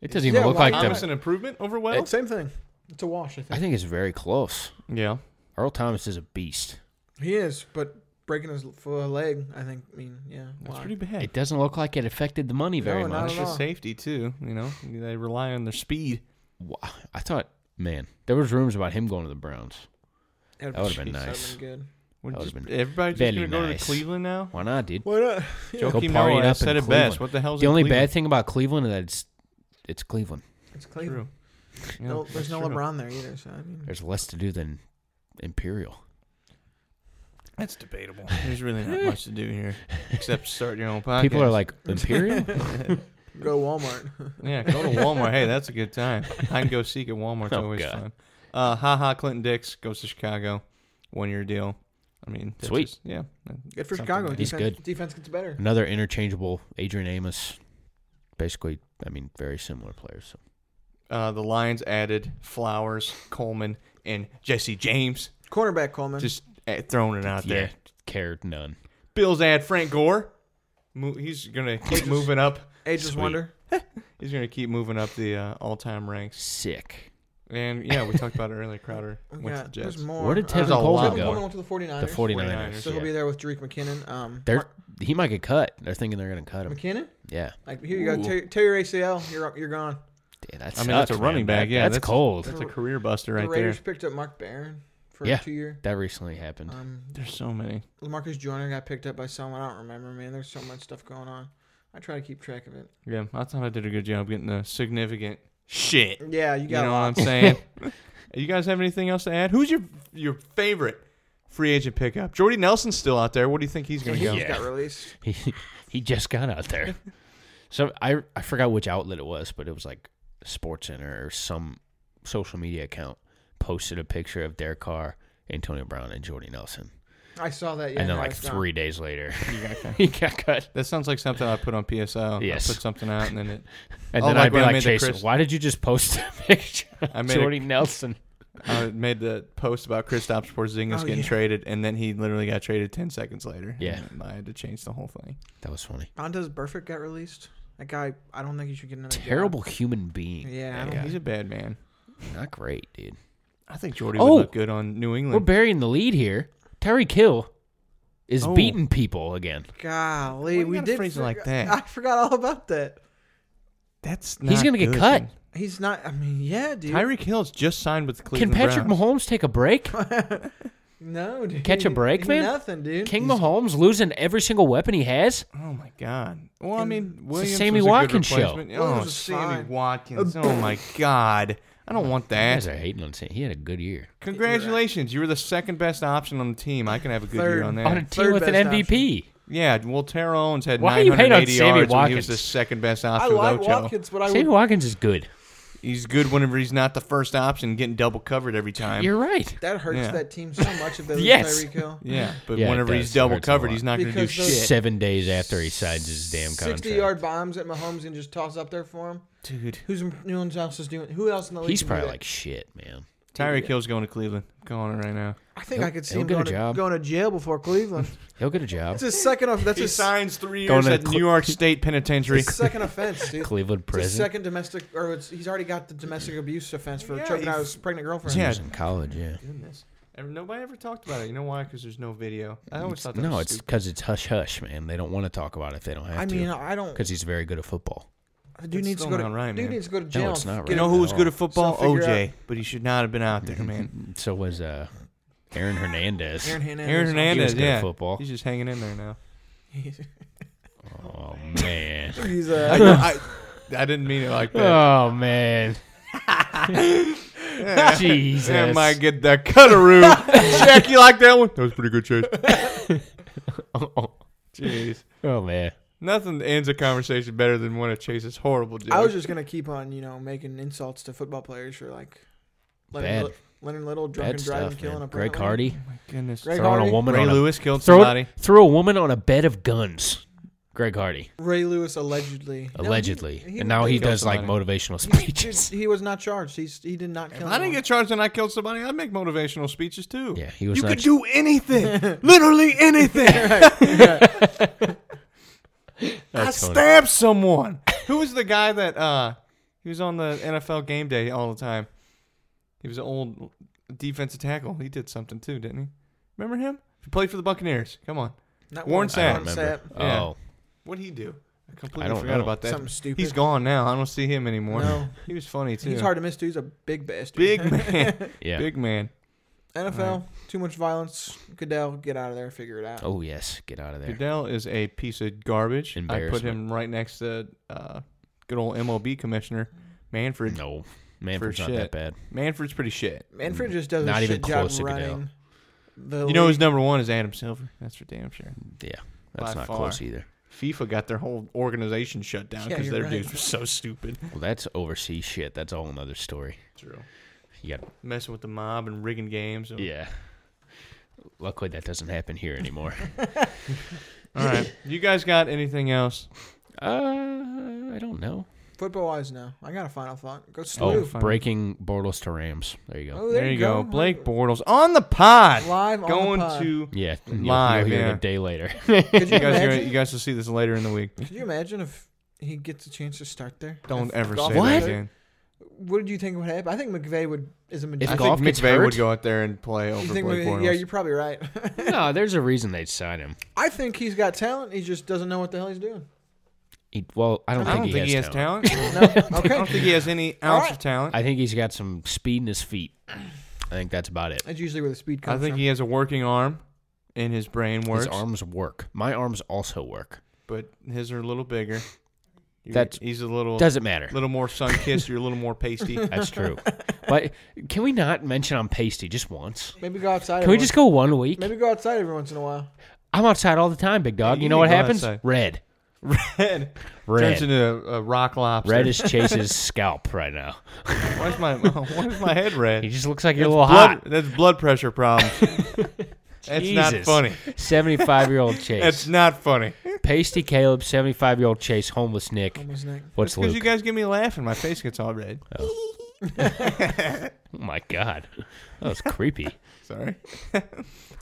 Speaker 5: it doesn't even
Speaker 4: Yeah,
Speaker 5: look
Speaker 4: why
Speaker 5: like
Speaker 4: not?
Speaker 3: Thomas
Speaker 5: the.
Speaker 3: an improvement over Wells.
Speaker 4: Same thing. It's a wash, I think.
Speaker 5: I think it's very close.
Speaker 3: Yeah,
Speaker 5: Earl Thomas is a beast.
Speaker 4: He is, but breaking his l- f- leg, I think. I mean, yeah,
Speaker 3: that's
Speaker 4: why?
Speaker 3: pretty bad.
Speaker 5: It doesn't look like it affected the money very
Speaker 4: No, not
Speaker 5: much.
Speaker 4: at
Speaker 3: It's
Speaker 4: all.
Speaker 3: just safety too. You know, they rely on their speed.
Speaker 5: Wha- I thought, man, there was rumors about him going to the Browns.
Speaker 4: That
Speaker 5: would've been
Speaker 4: that'd
Speaker 5: nice.
Speaker 4: good.
Speaker 3: We're
Speaker 5: That
Speaker 3: just,
Speaker 5: would've been
Speaker 3: everybody's just
Speaker 5: very
Speaker 3: gonna go to
Speaker 5: nice.
Speaker 3: Cleveland now.
Speaker 5: Why not, dude?
Speaker 4: Why not?
Speaker 3: Joe
Speaker 5: Go party it up
Speaker 3: said
Speaker 5: in
Speaker 3: it
Speaker 5: Cleveland.
Speaker 3: best. What the hell's
Speaker 5: The
Speaker 3: in
Speaker 5: only
Speaker 3: Cleveland?
Speaker 5: bad thing about Cleveland is that it's, it's Cleveland.
Speaker 4: It's Cleveland.
Speaker 3: True. Yeah,
Speaker 4: no,
Speaker 3: that's
Speaker 4: there's no
Speaker 3: true.
Speaker 4: LeBron there either. So I mean,
Speaker 5: There's less to do than Imperial.
Speaker 3: That's debatable. There's really not much to do here except start your own podcast.
Speaker 5: People are like Imperial.
Speaker 4: go to Walmart.
Speaker 3: yeah, go to Walmart. hey, that's a good time. I can go seek at Walmart. It's
Speaker 5: Oh,
Speaker 3: always
Speaker 5: God.
Speaker 3: fun. Uh, ha ha. Clinton Dix goes to Chicago, one year deal. I mean, that's
Speaker 5: Sweet.
Speaker 3: just- yeah, that-
Speaker 4: Good for
Speaker 3: something
Speaker 4: Chicago.
Speaker 3: like-
Speaker 5: He's
Speaker 4: defense,
Speaker 5: good.
Speaker 4: Defense gets better.
Speaker 5: Another interchangeable Adrian Amos. Basically, I mean, very similar players. So.
Speaker 3: Uh, the Lions added Flowers, Coleman, and Jesse James.
Speaker 4: Cornerback Coleman.
Speaker 3: Just uh, throwing it out
Speaker 5: yeah,
Speaker 3: there.
Speaker 5: cared none.
Speaker 3: Bills add Frank Gore. Mo- he's gonna keep moving up.
Speaker 4: ageless
Speaker 5: Sweet.
Speaker 4: wonder.
Speaker 3: He's gonna keep moving up the uh, all-time ranks.
Speaker 5: Sick.
Speaker 3: And yeah, we talked about it earlier. Crowder
Speaker 4: We
Speaker 3: went to the
Speaker 4: got- there's
Speaker 3: Jets.
Speaker 4: more.
Speaker 5: Where did Tevin
Speaker 3: There's a Coleman lot.
Speaker 4: Tevin
Speaker 3: go?
Speaker 4: Coleman went to the 49ers.
Speaker 5: The 49ers.
Speaker 3: 49ers,
Speaker 4: So he'll
Speaker 5: yeah.
Speaker 4: be there with Derek McKinnon. Um,
Speaker 5: They're, he might get cut. They're thinking they're going to cut him.
Speaker 4: McKinnon.
Speaker 5: Yeah.
Speaker 4: Like here you go, tear, tear your ACL. You're up- you're gone.
Speaker 5: Yeah, that
Speaker 3: I mean, that's a
Speaker 5: sucks,
Speaker 3: running
Speaker 5: man.
Speaker 3: back.
Speaker 5: That-
Speaker 3: Yeah,
Speaker 5: that's, cold.
Speaker 3: That's a career buster
Speaker 4: the
Speaker 3: right there.
Speaker 4: Raiders picked up Mark Barron for
Speaker 5: yeah,
Speaker 4: a two year.
Speaker 5: that recently happened.
Speaker 4: Um,
Speaker 3: There's so many.
Speaker 4: Lamarcus Joyner got picked up by someone. I don't remember, man. There's so much stuff going on. I try to keep track of it.
Speaker 3: Yeah, I thought I did a good job getting the significant shit.
Speaker 4: Yeah, you
Speaker 3: You,
Speaker 4: got.
Speaker 3: know
Speaker 4: a
Speaker 3: what
Speaker 4: lot.
Speaker 3: I'm saying? you guys have anything else to add? Who's your your favorite free agent pickup? Jordy Nelson's still out there. What do you think he's
Speaker 4: Yeah,
Speaker 3: gonna
Speaker 4: he
Speaker 3: go?
Speaker 4: just got released.
Speaker 5: he, he just got out there. so I I forgot which outlet it was, but it was like Sports Center or some social media account posted a picture of their car, Antonio Brown, and Jordy Nelson.
Speaker 4: I saw that. Yeah,
Speaker 5: and then
Speaker 4: no,
Speaker 5: like
Speaker 4: it's gone.
Speaker 5: three days later, he got cut.
Speaker 3: That sounds like something I put on PSO.
Speaker 5: Yes.
Speaker 3: I put something out and then it.
Speaker 5: And
Speaker 3: Oh,
Speaker 5: then
Speaker 3: like
Speaker 5: I'd be
Speaker 3: when I
Speaker 5: like,
Speaker 3: made the
Speaker 5: Jason,
Speaker 3: Chris-
Speaker 5: why did you just post a picture of
Speaker 3: I made a-
Speaker 5: Jordy Nelson?
Speaker 3: I made the post about Kristaps Porzingis
Speaker 4: Oh,
Speaker 3: getting
Speaker 4: yeah.
Speaker 3: traded, and then he literally got traded ten seconds later.
Speaker 5: Yeah.
Speaker 3: And uh, I had to change the whole thing.
Speaker 5: That was funny.
Speaker 4: Vontaze Burfict got released. That guy. I don't think he should get another. job.
Speaker 5: Terrible human being.
Speaker 4: Yeah, I
Speaker 5: That
Speaker 4: don't-
Speaker 3: He's a bad man.
Speaker 5: guy. not great, dude.
Speaker 3: I think Jordy
Speaker 5: Oh!
Speaker 3: would look good on New
Speaker 5: We're
Speaker 3: England.
Speaker 5: burying the lead here. Terry Kill is
Speaker 3: Oh.
Speaker 5: beating people again.
Speaker 4: Golly,
Speaker 3: Why you
Speaker 4: we
Speaker 3: gotta
Speaker 4: did
Speaker 3: phrase it like
Speaker 4: forget-
Speaker 3: that?
Speaker 4: I forgot all about that.
Speaker 3: That's
Speaker 5: He's
Speaker 3: not
Speaker 5: gonna get
Speaker 3: good,
Speaker 5: cut.
Speaker 3: man.
Speaker 4: He's not. I mean, yeah, dude.
Speaker 3: Tyreek Hill's just signed with the Cleveland
Speaker 5: Can Patrick
Speaker 3: Browns.
Speaker 5: Mahomes take a break?
Speaker 4: no, dude.
Speaker 5: Catch a break, man?
Speaker 4: Nothing, dude.
Speaker 5: King Mahomes losing every single weapon he has?
Speaker 3: Oh my God! Well, I mean,
Speaker 5: a
Speaker 3: Williams
Speaker 5: Sammy
Speaker 3: was a
Speaker 5: Watkins
Speaker 3: good
Speaker 5: show.
Speaker 3: replacement. Oh,
Speaker 4: Williams was
Speaker 3: Sammy
Speaker 4: fine.
Speaker 3: Watkins! Oh my God! I don't want
Speaker 5: You guys
Speaker 4: Uh,
Speaker 3: that.
Speaker 5: are hating on saying he had a good year.
Speaker 3: Congratulations! You were the second best option on the team. I can have a good year
Speaker 4: Third.
Speaker 3: on
Speaker 5: On a
Speaker 3: that.
Speaker 5: team
Speaker 4: Third
Speaker 5: with an
Speaker 4: best
Speaker 5: MVP.
Speaker 3: Yeah, well, Terrell Owens had
Speaker 5: Why you hate on
Speaker 3: 980
Speaker 5: Sammy
Speaker 3: yards when he was
Speaker 5: Watkins?
Speaker 3: the second best
Speaker 4: I
Speaker 3: option. with
Speaker 4: like
Speaker 3: Ocho.
Speaker 4: Watkins, but I
Speaker 5: Sammy
Speaker 4: would.
Speaker 5: Watkins is good.
Speaker 3: He's good whenever he's not the first option, getting double covered every time.
Speaker 5: You're right.
Speaker 4: That hurts
Speaker 3: Yeah.
Speaker 4: that team so much if they lose
Speaker 5: Yes.
Speaker 4: Tyreek Hill.
Speaker 3: yeah, but
Speaker 5: Yeah, it
Speaker 3: whenever
Speaker 5: does.
Speaker 3: he's
Speaker 5: It
Speaker 3: double
Speaker 5: hurts a
Speaker 3: covered,
Speaker 5: lot.
Speaker 3: he's not going to do
Speaker 4: Because those-
Speaker 3: shit.
Speaker 5: Seven days after he signs his damn contract.
Speaker 4: Sixty-yard bombs at Mahomes and just toss up there for him.
Speaker 3: Dude,
Speaker 4: Who's no one else is doing? Who else in the league?
Speaker 5: He's
Speaker 4: can do
Speaker 5: probably
Speaker 4: that?
Speaker 5: like, shit, man.
Speaker 3: Tyreek Hill's going to Cleveland. I'm calling it right now.
Speaker 4: I think
Speaker 5: He'll-
Speaker 4: I could see
Speaker 5: he'll
Speaker 4: him
Speaker 5: get a
Speaker 4: going to,
Speaker 5: job.
Speaker 4: going to jail before Cleveland.
Speaker 5: He'll get a job.
Speaker 4: It's his second. Off, that's
Speaker 3: He
Speaker 4: his,
Speaker 3: signs three
Speaker 5: Going
Speaker 3: years
Speaker 5: to
Speaker 3: at
Speaker 5: Cle-
Speaker 3: New York State Penitentiary.
Speaker 4: his second offense, dude.
Speaker 5: Cleveland
Speaker 4: It's his
Speaker 5: prison.
Speaker 4: second domestic, or it's, he's already got the domestic abuse offense for
Speaker 3: Yeah,
Speaker 4: choking out
Speaker 3: he's-
Speaker 4: his pregnant girlfriend.
Speaker 5: He
Speaker 3: Yeah.
Speaker 5: was in college, yeah.
Speaker 3: Goodness. Ever- Nobody ever talked about it. You know why? Because there's no video. I always thought that
Speaker 5: No,
Speaker 3: was
Speaker 5: it's
Speaker 3: stupid.
Speaker 5: because it's hush hush, man. They don't want to talk about it if they don't have
Speaker 4: I
Speaker 5: to.
Speaker 4: mean, uh, I don't.
Speaker 5: because he's very good at football.
Speaker 4: Dude
Speaker 3: That's
Speaker 4: needs to
Speaker 3: still
Speaker 4: go to
Speaker 3: not right,
Speaker 4: dude
Speaker 3: man.
Speaker 4: needs to go to jail.
Speaker 5: it's
Speaker 4: and
Speaker 5: not
Speaker 4: get
Speaker 3: You
Speaker 5: right.
Speaker 4: a-
Speaker 3: know
Speaker 5: at
Speaker 3: who was
Speaker 5: all.
Speaker 3: good at football?
Speaker 4: So figure
Speaker 3: OJ, but he should not have been out there, man.
Speaker 5: So was uh, Aaron Hernandez.
Speaker 4: Aaron Hernandez.
Speaker 3: Aaron Hernandez,
Speaker 5: good at
Speaker 3: yeah,
Speaker 5: football.
Speaker 3: He's just hanging in there now.
Speaker 4: He's,
Speaker 5: oh man.
Speaker 4: he's
Speaker 3: I,
Speaker 4: uh,
Speaker 3: know, I, I didn't mean it like that.
Speaker 5: Oh man. Jesus.
Speaker 3: Damn, I get that cutaroo. Jack, you like that one? That was pretty good, Chase.
Speaker 5: oh,
Speaker 3: Jeez.
Speaker 5: oh, man.
Speaker 3: Nothing ends a conversation better than one of Chase's horrible jokes.
Speaker 4: I was just gonna keep on you know making insults to football players for like Leonard,
Speaker 5: Bad.
Speaker 4: Li- Leonard Little drunk
Speaker 5: Bad
Speaker 4: and driving,
Speaker 5: stuff,
Speaker 4: killing
Speaker 5: man.
Speaker 4: a
Speaker 5: Greg
Speaker 4: pregnant
Speaker 5: Hardy
Speaker 3: My goodness.
Speaker 4: Greg
Speaker 5: throwing
Speaker 4: Hardy.
Speaker 5: a woman
Speaker 3: Ray
Speaker 5: on
Speaker 3: Lewis
Speaker 5: a
Speaker 3: killed
Speaker 5: throw,
Speaker 3: somebody.
Speaker 5: threw a woman on a bed of guns. Greg Hardy,
Speaker 4: Lane. Ray Lewis allegedly
Speaker 5: Oh.
Speaker 4: No, he-
Speaker 5: allegedly,
Speaker 4: he-
Speaker 5: and now he
Speaker 3: he killed
Speaker 5: does like
Speaker 3: somebody.
Speaker 5: motivational
Speaker 4: he- he-
Speaker 5: speeches.
Speaker 4: He was not charged. He's he did not kill.
Speaker 3: If I didn't
Speaker 4: anyone.
Speaker 3: get charged and I killed somebody, I'd make motivational speeches too.
Speaker 5: Yeah, he was
Speaker 3: You
Speaker 5: not
Speaker 3: could
Speaker 5: ch-
Speaker 3: do anything. literally anything. I
Speaker 5: That's funny.
Speaker 3: stabbed someone. Who was the guy that uh he was on the NFL game day all the time? He was an old defensive tackle. He did something too, didn't he? Remember him? He played for the Buccaneers. Come on.
Speaker 4: Not
Speaker 3: Warren
Speaker 4: Warren
Speaker 3: Sapp.
Speaker 5: I
Speaker 3: Sapp.
Speaker 5: don't remember.
Speaker 4: Sapp.
Speaker 3: Yeah.
Speaker 5: Oh,
Speaker 3: What'd he do? I completely
Speaker 5: don't
Speaker 3: forgot
Speaker 5: know.
Speaker 3: about that.
Speaker 4: Something stupid.
Speaker 3: He's gone now. I don't see him anymore.
Speaker 4: No.
Speaker 3: He was funny too.
Speaker 4: He's hard to miss. Too. He's a big bastard.
Speaker 3: Big man.
Speaker 5: yeah.
Speaker 3: Big man.
Speaker 4: NFL. Too much violence. Goodell, get out of there. Figure it out.
Speaker 5: Oh yes, get out of there.
Speaker 3: Goodell is a piece of garbage. I put
Speaker 5: Embarrassment.
Speaker 3: him right next to uh, good old MLB commissioner Manfred.
Speaker 5: No,
Speaker 3: for
Speaker 5: Manfred's not
Speaker 3: shit.
Speaker 5: that bad.
Speaker 3: Manfred's pretty shit.
Speaker 4: Manfred just does
Speaker 5: Not
Speaker 4: a
Speaker 5: even
Speaker 4: shit
Speaker 5: close to
Speaker 4: job
Speaker 5: Goodell.
Speaker 4: running. The
Speaker 3: You know
Speaker 4: league.
Speaker 3: who's number one is Adam Silver. That's for damn sure.
Speaker 5: Yeah, that's
Speaker 3: By
Speaker 5: not
Speaker 3: far.
Speaker 5: close either.
Speaker 3: FIFA got their whole organization shut down
Speaker 4: Yeah,
Speaker 3: because
Speaker 4: you're
Speaker 3: their
Speaker 4: right.
Speaker 3: dudes were so stupid.
Speaker 5: Well, that's overseas shit. That's all another story.
Speaker 3: True.
Speaker 5: You got
Speaker 3: Messing with the mob and rigging games. and-
Speaker 5: yeah. Luckily, that doesn't happen here anymore.
Speaker 3: All right. You guys got anything else?
Speaker 5: uh, I don't know.
Speaker 4: football wise now. I got a final thought. Go
Speaker 5: Oh,
Speaker 4: Slew.
Speaker 3: fine.
Speaker 5: breaking Bortles to Rams. There you go.
Speaker 4: Oh,
Speaker 3: There, you go. Blake Bortles on the pod.
Speaker 4: Live on the
Speaker 3: Going
Speaker 4: pod.
Speaker 3: to.
Speaker 5: Yeah, and you'll-
Speaker 3: Live,
Speaker 5: you'll hear it
Speaker 3: yeah.
Speaker 5: a day later.
Speaker 4: Could you,
Speaker 3: You guys, are,
Speaker 4: imagine,
Speaker 3: you guys will see this later in the week.
Speaker 4: could you imagine if he gets a chance to start there?
Speaker 3: Don't
Speaker 4: If
Speaker 3: ever
Speaker 4: Goff
Speaker 3: say
Speaker 4: was
Speaker 3: that
Speaker 4: there?
Speaker 3: again.
Speaker 4: What did you think would happen? I think McVay would is a
Speaker 5: If
Speaker 3: I
Speaker 4: magician.
Speaker 5: Goff
Speaker 3: think
Speaker 5: gets
Speaker 3: McVay
Speaker 5: hurt-
Speaker 3: would go out there and play over
Speaker 4: You think
Speaker 3: Blake
Speaker 4: McVay-
Speaker 3: Bortles.
Speaker 4: yeah, you're probably right.
Speaker 5: no, there's a reason they'd sign him.
Speaker 4: I think he's got talent. He just doesn't know what the hell he's doing.
Speaker 5: He, well, I don't
Speaker 3: I
Speaker 5: think,
Speaker 3: don't
Speaker 5: he,
Speaker 3: think
Speaker 5: has talent.
Speaker 4: No.
Speaker 3: I
Speaker 4: Okay.
Speaker 3: don't think he has any ounce
Speaker 4: right.
Speaker 3: of talent.
Speaker 5: I think he's got some speed in his feet. I think that's about it.
Speaker 4: That's usually where the speed
Speaker 3: I
Speaker 4: comes
Speaker 3: think
Speaker 4: from.
Speaker 3: he has a working arm, and his brain works,
Speaker 5: His arms work. My arms also work.
Speaker 3: but his are a little bigger. You-
Speaker 5: That's-
Speaker 3: he's a little
Speaker 5: Doesn't matter.
Speaker 3: little more sun kissed. You're a little more pasty.
Speaker 5: That's true. but can we not mention I'm pasty just once?
Speaker 4: Maybe go outside.
Speaker 5: Can we
Speaker 4: every
Speaker 5: just go one week?
Speaker 4: once- Maybe go outside every once in a while.
Speaker 5: I'm outside all the time, big dog.
Speaker 3: Yeah,
Speaker 5: You,
Speaker 3: you
Speaker 5: know
Speaker 3: can
Speaker 5: what
Speaker 3: go
Speaker 5: happens?
Speaker 3: outside.
Speaker 5: Red.
Speaker 3: Red turns
Speaker 5: Red.
Speaker 3: into a, a rock lobster.
Speaker 5: Red is Chase's scalp right now.
Speaker 3: Why's my Why's my head red?
Speaker 5: He just looks like you're a
Speaker 3: That's
Speaker 5: little
Speaker 3: blood,
Speaker 5: hot.
Speaker 3: That's blood pressure problems. That's not
Speaker 5: Jesus.
Speaker 3: funny.
Speaker 5: 75 year old
Speaker 3: That's
Speaker 5: Chase.
Speaker 3: not funny.
Speaker 5: Pasty Caleb, 75 year old Chase, homeless Nick.
Speaker 4: Almost neck.
Speaker 5: What's
Speaker 3: Because
Speaker 5: Luke?
Speaker 3: you guys get me laughing, my face gets all red.
Speaker 5: oh my God. That was creepy.
Speaker 3: Sorry.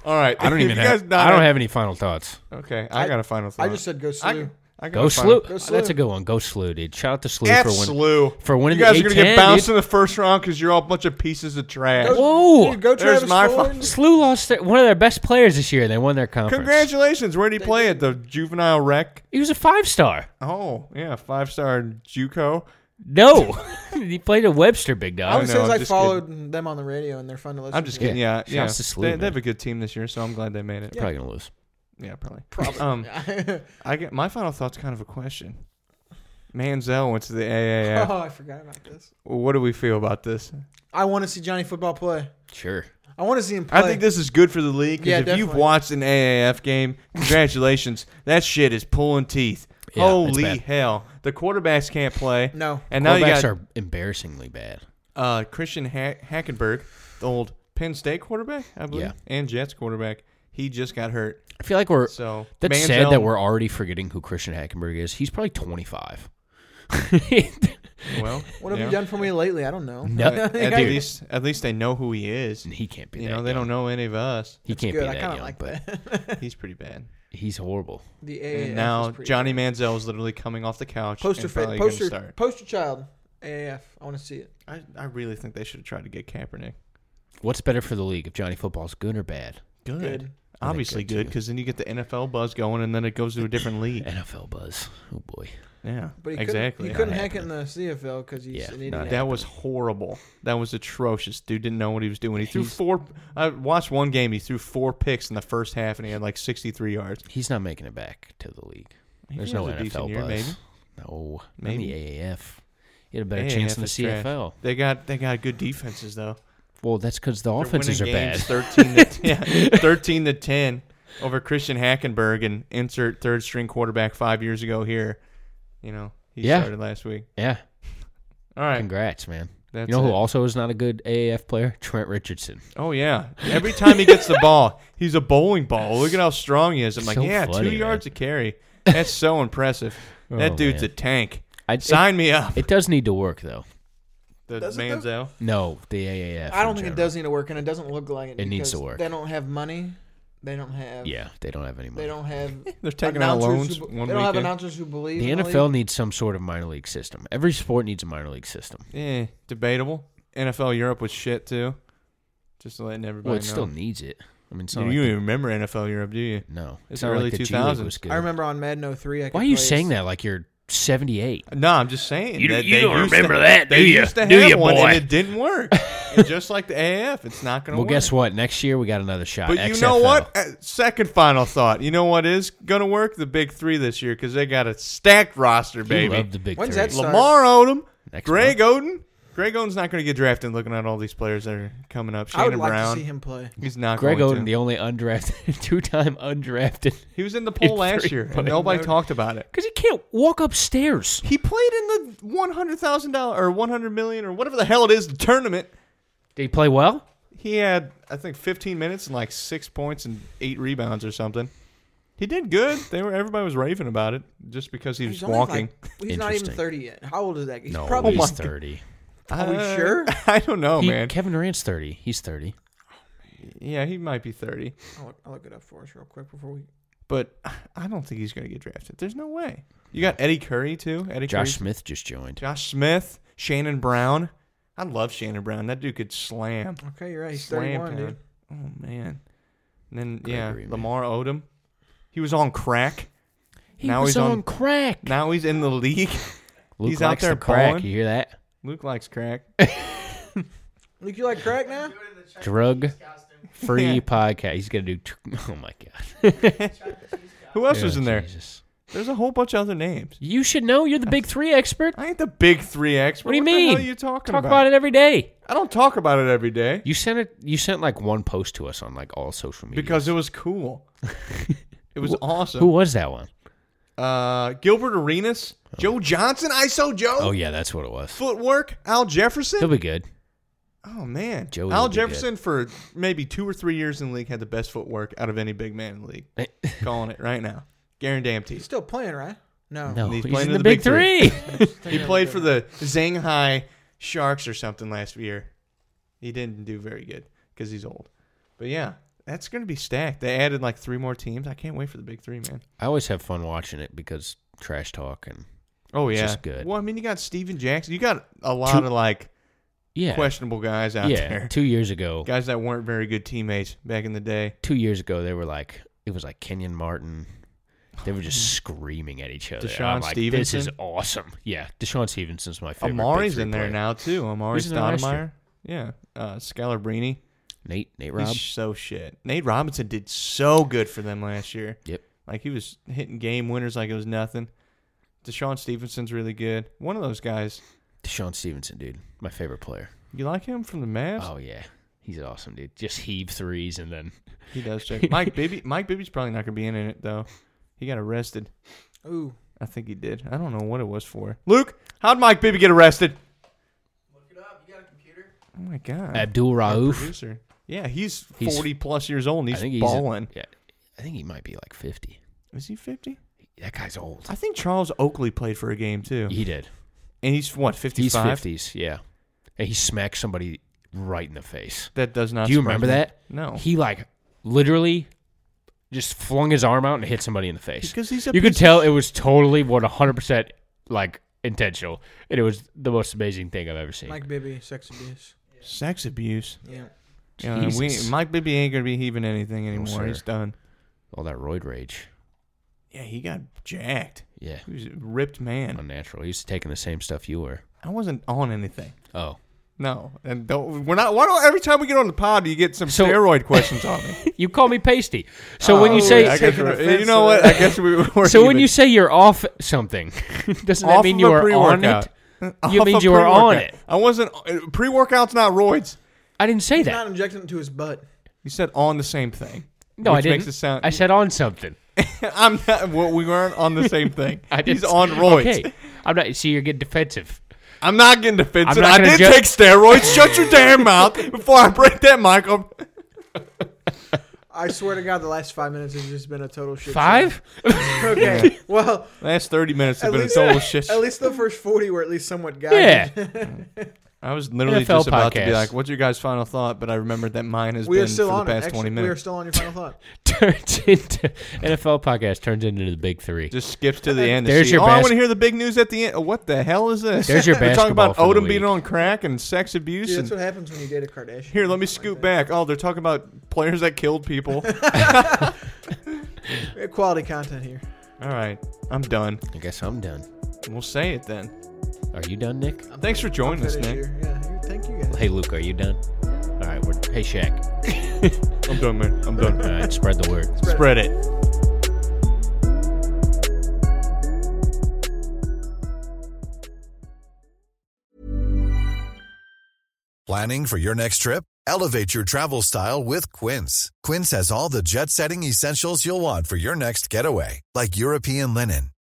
Speaker 3: all right.
Speaker 5: I don't
Speaker 3: If
Speaker 5: even
Speaker 3: you
Speaker 5: have,
Speaker 3: guys not
Speaker 5: I don't have any final thoughts.
Speaker 3: Okay, I, got a final thought.
Speaker 4: I just said go
Speaker 3: I,
Speaker 4: slew.
Speaker 3: I got
Speaker 5: Go
Speaker 3: a final-
Speaker 5: Slew.
Speaker 4: Go
Speaker 5: That's
Speaker 4: Slew.
Speaker 5: a good one. Go Slew, dude. Shout out to Slew
Speaker 3: F
Speaker 5: for winning.
Speaker 3: slew.
Speaker 5: for winning
Speaker 3: You guys
Speaker 5: the
Speaker 3: are gonna get
Speaker 5: A10,
Speaker 3: bounced
Speaker 5: dude.
Speaker 3: in the first round because you're all a bunch of pieces of trash.
Speaker 4: Go-
Speaker 5: Whoa.
Speaker 4: dude, go
Speaker 3: There's
Speaker 4: Travis
Speaker 3: my
Speaker 4: Fulton.
Speaker 5: Slew lost their, one of their best players this year. They won their conference.
Speaker 3: Congratulations. Where did he play at the juvenile rec?
Speaker 5: He was a five star.
Speaker 3: Oh yeah, five star JUCO.
Speaker 5: No. he played at Webster, big
Speaker 4: I
Speaker 5: dog.
Speaker 4: would
Speaker 3: know,
Speaker 4: say
Speaker 3: I'm
Speaker 4: I
Speaker 3: just
Speaker 4: followed them on the radio and they're fun to listen.
Speaker 3: I'm just
Speaker 4: to.
Speaker 3: kidding. Yeah,
Speaker 5: Shouts
Speaker 3: yeah.
Speaker 5: to Slew,
Speaker 3: they,
Speaker 5: man.
Speaker 3: they have a good team this year, so I'm glad they made it.
Speaker 5: Probably going to lose.
Speaker 3: Yeah, probably. Um,
Speaker 4: Oh,
Speaker 3: I get my final thoughts. Kind of a question. Manziel went to the AAF.
Speaker 4: Oh, I forgot about this.
Speaker 3: what do we feel about this?
Speaker 4: I want to see Johnny football play.
Speaker 5: Sure.
Speaker 4: I want to see him play.
Speaker 3: I think this is good for the league because
Speaker 4: Yeah,
Speaker 3: if you've
Speaker 4: definitely.
Speaker 3: watched an AAF game, congratulations, that shit is pulling teeth.
Speaker 5: Yeah, it's
Speaker 3: Holy
Speaker 5: bad.
Speaker 3: hell! The quarterbacks can't play.
Speaker 4: No.
Speaker 3: and now you
Speaker 5: Quarterbacks
Speaker 3: got
Speaker 5: are embarrassingly bad.
Speaker 3: uh, Christian ha- Hackenberg, the old Penn State quarterback, I believe,
Speaker 5: Yeah.
Speaker 3: and Jets quarterback. He just got hurt.
Speaker 5: I feel like we're.
Speaker 3: So
Speaker 5: that's
Speaker 3: Manziel-
Speaker 5: sad that we're already forgetting who Christian Hackenberg is. He's probably 25.
Speaker 3: well.
Speaker 4: What have
Speaker 3: yeah.
Speaker 4: you done for me lately? I don't know.
Speaker 5: no,
Speaker 3: At, at
Speaker 5: dude,
Speaker 3: least, at least they know who he is.
Speaker 5: he can't be
Speaker 3: You
Speaker 5: that
Speaker 3: know, they
Speaker 5: young.
Speaker 3: don't know any of us.
Speaker 5: He can't
Speaker 4: Good.
Speaker 5: be
Speaker 4: I
Speaker 5: that
Speaker 4: kind of
Speaker 5: young,
Speaker 4: like
Speaker 5: but
Speaker 4: that.
Speaker 3: He's pretty bad.
Speaker 5: he's horrible.
Speaker 4: the AAF
Speaker 3: And
Speaker 4: is
Speaker 3: now
Speaker 4: pretty
Speaker 3: Johnny Manziel is literally coming off the couch.
Speaker 4: good. poster
Speaker 3: and
Speaker 4: fa-
Speaker 3: probably gonna
Speaker 4: poster
Speaker 3: start.
Speaker 4: poster child AAF. I want to see it.
Speaker 3: I, I really think they should have tried to get Kaepernick.
Speaker 5: What's better for the league if Johnny football's good or bad?
Speaker 3: Good.
Speaker 4: Good.
Speaker 3: Obviously
Speaker 5: good,
Speaker 3: good,
Speaker 5: too.
Speaker 3: because then you get the NFL buzz going, and then it goes to a different league.
Speaker 5: NFL buzz. Oh boy.
Speaker 3: Yeah,
Speaker 4: But he
Speaker 3: exactly. Oh,
Speaker 4: Couldn't, he couldn't
Speaker 5: Not
Speaker 4: hack it in the CFL because he's
Speaker 5: Yeah,
Speaker 4: an
Speaker 5: not
Speaker 4: idiot.
Speaker 3: That was horrible. That was atrocious. Dude didn't know what he was doing. He threw four. I watched one game. He threw four picks in the first half, and he had like 63 yards.
Speaker 5: He's not making it back to the league.
Speaker 3: He
Speaker 5: There's
Speaker 3: has
Speaker 5: no
Speaker 3: a
Speaker 5: NFL
Speaker 3: decent year,
Speaker 5: buzz.
Speaker 3: maybe.
Speaker 5: No,
Speaker 3: Maybe.
Speaker 5: maybe AAF. He had a better chance in the
Speaker 3: AAF is trash.
Speaker 5: CFL.
Speaker 3: They got they got good defenses though.
Speaker 5: Well, that's because the offenses are
Speaker 3: They're winning
Speaker 5: bad.
Speaker 3: games 13 to, yeah, 13 to 10 over Christian Hackenberg and insert third string quarterback five years ago here. You know, he
Speaker 5: Yeah.
Speaker 3: started last week.
Speaker 5: yeah,
Speaker 3: All right.
Speaker 5: congrats, man.
Speaker 3: That's
Speaker 5: you know who
Speaker 3: it.
Speaker 5: also is not a good AAF player? Trent Richardson.
Speaker 3: Oh, yeah. Every time he gets the ball, he's a bowling ball. Look at how strong he is. I'm like,
Speaker 5: So
Speaker 3: yeah,
Speaker 5: funny,
Speaker 3: two
Speaker 5: man.
Speaker 3: yards a carry. That's so impressive. that
Speaker 5: Oh,
Speaker 3: dude's
Speaker 5: man.
Speaker 3: a tank.
Speaker 5: I,
Speaker 3: Sign me up.
Speaker 5: It, it does need to work though.
Speaker 3: The
Speaker 4: Does it though?
Speaker 3: Manziel.
Speaker 5: No, the AAF.
Speaker 4: I don't
Speaker 5: in
Speaker 4: think it
Speaker 5: general.
Speaker 4: does need to work, and it doesn't look like it.
Speaker 5: It needs to
Speaker 4: because
Speaker 5: work.
Speaker 4: They don't have money. They don't have.
Speaker 5: Yeah, they don't have any money.
Speaker 4: They don't have.
Speaker 3: They're taking out
Speaker 4: announcers
Speaker 3: loans
Speaker 4: Who, be-
Speaker 3: one
Speaker 4: they don't have
Speaker 3: weekend.
Speaker 4: announcers who believe.
Speaker 5: The
Speaker 4: in
Speaker 5: NFL
Speaker 4: league.
Speaker 5: needs some sort of minor league system. Every sport needs a minor league system.
Speaker 3: Eh, debatable. NFL Europe was shit, too. Just letting everybody
Speaker 5: Well, it
Speaker 3: know.
Speaker 5: still needs it. I mean, it's
Speaker 3: you
Speaker 5: not
Speaker 3: don't
Speaker 5: like
Speaker 3: even
Speaker 5: the-
Speaker 3: remember NFL Europe, do you?
Speaker 5: no.
Speaker 3: It's
Speaker 5: not
Speaker 3: early
Speaker 5: like the G League
Speaker 3: 2000s.
Speaker 5: was good.
Speaker 4: I remember on Madden 03. I
Speaker 5: Why
Speaker 4: could
Speaker 5: are you
Speaker 4: play as-
Speaker 5: saying that like you're 78?
Speaker 3: No, I'm just saying.
Speaker 5: You-
Speaker 3: that
Speaker 5: you
Speaker 3: they
Speaker 5: don't
Speaker 3: used to-
Speaker 5: remember that,
Speaker 3: they
Speaker 5: do ya?
Speaker 3: used to
Speaker 5: Do
Speaker 3: have
Speaker 5: ya,
Speaker 3: one,
Speaker 5: boy?
Speaker 3: and it didn't work. And just like the AAF, it's not going to
Speaker 5: Well,
Speaker 3: work.
Speaker 5: guess what? Next year we got another shot.
Speaker 3: But you know
Speaker 5: XFL.
Speaker 3: what? Uh, Second final thought. You know what is going to work? The big three this year because they got a stacked roster,
Speaker 5: You
Speaker 3: baby.
Speaker 5: love the big
Speaker 4: When's
Speaker 5: three.
Speaker 4: that start?
Speaker 3: Lamar Odom,
Speaker 5: Next
Speaker 3: Greg Oden. Greg Oden's not going to get drafted. Looking at all these players that are coming up,
Speaker 4: I would
Speaker 3: Shannon
Speaker 4: like
Speaker 3: Brown.
Speaker 4: to see him play.
Speaker 3: He's not
Speaker 5: Greg
Speaker 3: going
Speaker 5: Oden,
Speaker 3: to.
Speaker 5: the only undrafted, two-time undrafted,
Speaker 3: he was in the poll
Speaker 5: Three
Speaker 3: last year, and
Speaker 5: players.
Speaker 3: nobody talked about it.
Speaker 5: because he can't walk upstairs.
Speaker 3: He played in the one hundred thousand dollar or one hundred million or whatever the hell it is tournament.
Speaker 5: Did he play well?
Speaker 3: He had, I think, 15 minutes and like six points and eight rebounds or something. He did good. They were everybody was raving about it just because he was
Speaker 4: only
Speaker 3: walking.
Speaker 4: like- he's not even
Speaker 5: Interesting.
Speaker 4: 30 yet. How old is that? He's
Speaker 5: no,
Speaker 4: probably
Speaker 5: he's
Speaker 3: my God.
Speaker 5: 30.
Speaker 4: Are we
Speaker 3: Uh,
Speaker 4: sure?
Speaker 3: I don't know,
Speaker 5: He-
Speaker 3: Oh, man.
Speaker 5: Kevin Durant's 30. He's 30.
Speaker 3: yeah, he might be 30,
Speaker 4: I'll look, I'll look it up for us real quick before we.
Speaker 3: but I don't think he's going to get drafted. There's no way. You got Eddie Curry too. Eddie
Speaker 5: Josh
Speaker 3: Curry,
Speaker 5: Smith just joined.
Speaker 3: Josh Smith, Shannon Brown. I love Shannon Brown. That dude could slam.
Speaker 4: Okay, you're right. He's
Speaker 3: Slam
Speaker 4: 31,
Speaker 3: pound.
Speaker 4: dude.
Speaker 3: Oh man. And then
Speaker 5: Gregory,
Speaker 3: yeah,
Speaker 5: man.
Speaker 3: Lamar Odom. He was on crack.
Speaker 5: He
Speaker 3: Now
Speaker 5: was
Speaker 3: he's
Speaker 5: on,
Speaker 3: on-
Speaker 5: crack.
Speaker 3: Now he's in the league.
Speaker 5: Luke
Speaker 3: he's out
Speaker 5: likes
Speaker 3: there
Speaker 5: the crack.
Speaker 3: balling.
Speaker 5: You hear that?
Speaker 3: Luke likes crack.
Speaker 4: Luke, you like crack now?
Speaker 5: Drug free
Speaker 3: Yeah.
Speaker 5: podcast. He's gonna do. Tr- oh my god.
Speaker 3: Who else was
Speaker 5: Oh,
Speaker 3: in there?
Speaker 5: Jesus.
Speaker 3: There's a whole bunch of other names.
Speaker 5: You should know. You're the big three expert.
Speaker 3: I ain't the big three expert.
Speaker 5: What do you
Speaker 3: the
Speaker 5: mean?
Speaker 3: hell are you talking
Speaker 5: Talk
Speaker 3: about?
Speaker 5: about it every day.
Speaker 3: I don't talk about it every day
Speaker 5: You sent it. You sent like one post to us on like all social media.
Speaker 3: because it was cool. it was awesome.
Speaker 5: who was that one?
Speaker 3: Uh, Gilbert Arenas, Joe Johnson, ISO Joe,
Speaker 5: Oh yeah, that's what it was.
Speaker 3: footwork, Al Jefferson.
Speaker 5: He'll be good.
Speaker 3: oh man,
Speaker 5: Joey
Speaker 3: Al
Speaker 5: will be
Speaker 3: Jefferson for maybe two or three years in the league had the best footwork out of any big man in the league.
Speaker 5: Eh,
Speaker 3: Calling it right now, guaranteed.
Speaker 4: He's still playing, right? No.
Speaker 5: No,
Speaker 3: he's
Speaker 5: he's,
Speaker 3: playing
Speaker 5: in the, big, three.
Speaker 3: He played for the Shanghai Sharks or something last year. He didn't do very good because he's old. But yeah, that's going to be stacked. They added like three more teams. I can't wait for the big three, man.
Speaker 5: I always have fun watching it because trash talk and
Speaker 3: Oh
Speaker 5: Which
Speaker 3: yeah,
Speaker 5: is good.
Speaker 3: Well, I mean, you got Steven Jackson. You got a lot
Speaker 5: Two-
Speaker 3: of like
Speaker 5: yeah,
Speaker 3: questionable guys out
Speaker 5: yeah.
Speaker 3: there.
Speaker 5: Two years ago,
Speaker 3: Guys that weren't very good teammates back in the day.
Speaker 5: two years ago, they were like it was like Kenyon Martin. They were just screaming at each other. and
Speaker 3: Deshaun
Speaker 5: I'm like, This is
Speaker 3: Stevenson?
Speaker 5: awesome. Yeah, Deshaun Stevenson's my favorite. big
Speaker 3: Amari's
Speaker 5: three
Speaker 3: in there
Speaker 5: player.
Speaker 3: now too. Amari
Speaker 5: Who's in there last
Speaker 3: Stoudemire.
Speaker 5: year?
Speaker 3: Yeah, uh, Scalabrini.
Speaker 5: Nate, Nate Rob.
Speaker 3: He's so shit. Nate Robinson did so good for them last year.
Speaker 5: Yep.
Speaker 3: Like he was hitting game winners like it was nothing. Deshaun Stevenson's really good. One of those guys.
Speaker 5: Deshaun Stevenson, dude, my favorite player.
Speaker 3: You like him from the Mavs?
Speaker 5: Oh yeah, he's awesome, dude. Just heave threes and then
Speaker 3: He does. Check. Mike Bibby. Mike Bibby's probably not gonna be in it though. He got arrested.
Speaker 4: Ooh.
Speaker 3: I think he did. I don't know what it was for. Luke, how'd Mike Bibby get arrested? Look it up. You got a computer? Oh my god.
Speaker 5: Abdul
Speaker 3: Our
Speaker 5: Rauf.
Speaker 3: Producer. Yeah, he's
Speaker 5: He's-
Speaker 3: forty plus years old. and He's
Speaker 5: I think he's
Speaker 3: balling.
Speaker 5: yeah, I think he might be like fifty.
Speaker 3: Is he fifty?
Speaker 5: That guy's old.
Speaker 3: I think Charles Oakley played for a game too.
Speaker 5: He did.
Speaker 3: And he's what,
Speaker 5: He's
Speaker 3: fifty-five?
Speaker 5: fifties. Yeah, and he smacked somebody right in the face.
Speaker 3: That does not.
Speaker 5: Do you
Speaker 3: surprise
Speaker 5: remember
Speaker 3: me.
Speaker 5: that?
Speaker 3: No.
Speaker 5: He like literally just flung his arm out and hit somebody in the face.
Speaker 3: Because he's a
Speaker 5: you could
Speaker 3: piece of
Speaker 5: tell it was totally one hundred percent like intentional, and it was the most amazing thing I've ever seen.
Speaker 4: Mike Bibby, sex abuse.
Speaker 3: sex abuse.
Speaker 4: Yeah.
Speaker 3: You know, we,
Speaker 5: Jesus.
Speaker 3: Mike Bibby ain't gonna be heaving anything anymore.
Speaker 5: sir.
Speaker 3: he's done.
Speaker 5: All that roid rage.
Speaker 3: Yeah, he got jacked.
Speaker 5: Yeah,
Speaker 3: He was a ripped man.
Speaker 5: unnatural. He's taking the same stuff you were.
Speaker 3: I wasn't on anything.
Speaker 5: Oh,
Speaker 3: No, and don't, we're not. Why don't every time we get on the pod, you get some
Speaker 5: So-
Speaker 3: steroid questions on me?
Speaker 5: you call me pasty. So when you say,
Speaker 3: Oh, I guess
Speaker 4: Taking
Speaker 3: we're-
Speaker 4: offense
Speaker 3: you know
Speaker 4: to
Speaker 3: what? I guess we were.
Speaker 5: so when you say you're off something, doesn't that
Speaker 3: Off
Speaker 5: mean
Speaker 3: of
Speaker 5: you
Speaker 3: a
Speaker 5: were on
Speaker 3: pre-workout.
Speaker 5: it? You mean you were on it?
Speaker 3: I wasn't. Pre workout's not roids.
Speaker 5: I didn't say
Speaker 4: He's
Speaker 5: that.
Speaker 4: not injecting it to his butt.
Speaker 3: You said on the same thing.
Speaker 5: no, I
Speaker 3: which
Speaker 5: didn't.
Speaker 3: Makes it sound,
Speaker 5: I said on something.
Speaker 3: I'm not. Well, we weren't on the same thing.
Speaker 5: I didn't
Speaker 3: He's
Speaker 5: say-
Speaker 3: on roids.
Speaker 5: Okay, I'm not. See, you're getting defensive.
Speaker 3: I'm not getting defensive.
Speaker 5: I'm not
Speaker 3: I did
Speaker 5: gonna ju-
Speaker 3: take steroids. Shut your damn mouth before I break that mic up.
Speaker 4: I swear to God, the last five minutes has just been a total shit. show.
Speaker 5: Five?
Speaker 4: Okay. Well,
Speaker 3: Last 30 minutes have
Speaker 4: at
Speaker 3: been
Speaker 4: least,
Speaker 3: a total shit. show.
Speaker 4: at least the first 40 were at least somewhat guided.
Speaker 5: Yeah.
Speaker 3: I was literally
Speaker 5: NFL
Speaker 3: just about to be
Speaker 5: podcast.
Speaker 3: like, "What's your guys' final thought?" But I remembered that mine has
Speaker 4: We
Speaker 3: been
Speaker 4: are still
Speaker 3: for the
Speaker 4: on
Speaker 3: past
Speaker 4: it. Actually,
Speaker 3: 20
Speaker 4: we are
Speaker 3: minutes.
Speaker 4: still on your final thought.
Speaker 5: turns into NFL podcast turns into the big three.
Speaker 3: Just skips to the end. to
Speaker 5: There's
Speaker 3: see-
Speaker 5: your
Speaker 3: oh, I
Speaker 5: bas-
Speaker 3: want to hear the big news at the end. Oh, What the hell is this?
Speaker 5: There's your
Speaker 3: We're talking
Speaker 5: basketball
Speaker 3: about
Speaker 5: for the
Speaker 3: Odom being
Speaker 5: week.
Speaker 3: on crack and sex abuse.
Speaker 4: Dude,
Speaker 3: and
Speaker 4: that's what happens when you date a Kardashian.
Speaker 3: here, let me scoot back. Oh, they're talking about players that killed people.
Speaker 4: We have Quality content here.
Speaker 3: All right, I'm done.
Speaker 5: I guess I'm done.
Speaker 3: We'll say it then.
Speaker 5: Are you done, Nick?
Speaker 3: Thanks for joining us,
Speaker 4: Finish
Speaker 3: Nick.
Speaker 4: here. Yeah. Thank you guys.
Speaker 5: Hey, Luke, are you done? All right, we're. Hey, Shaq.
Speaker 3: I'm done, man. I'm
Speaker 5: All
Speaker 3: done.
Speaker 5: right, spread the word.
Speaker 3: Spread it.
Speaker 6: Planning for your next trip? Elevate your travel style with Quince. Quince has all the jet setting essentials you'll want for your next getaway, like European linen,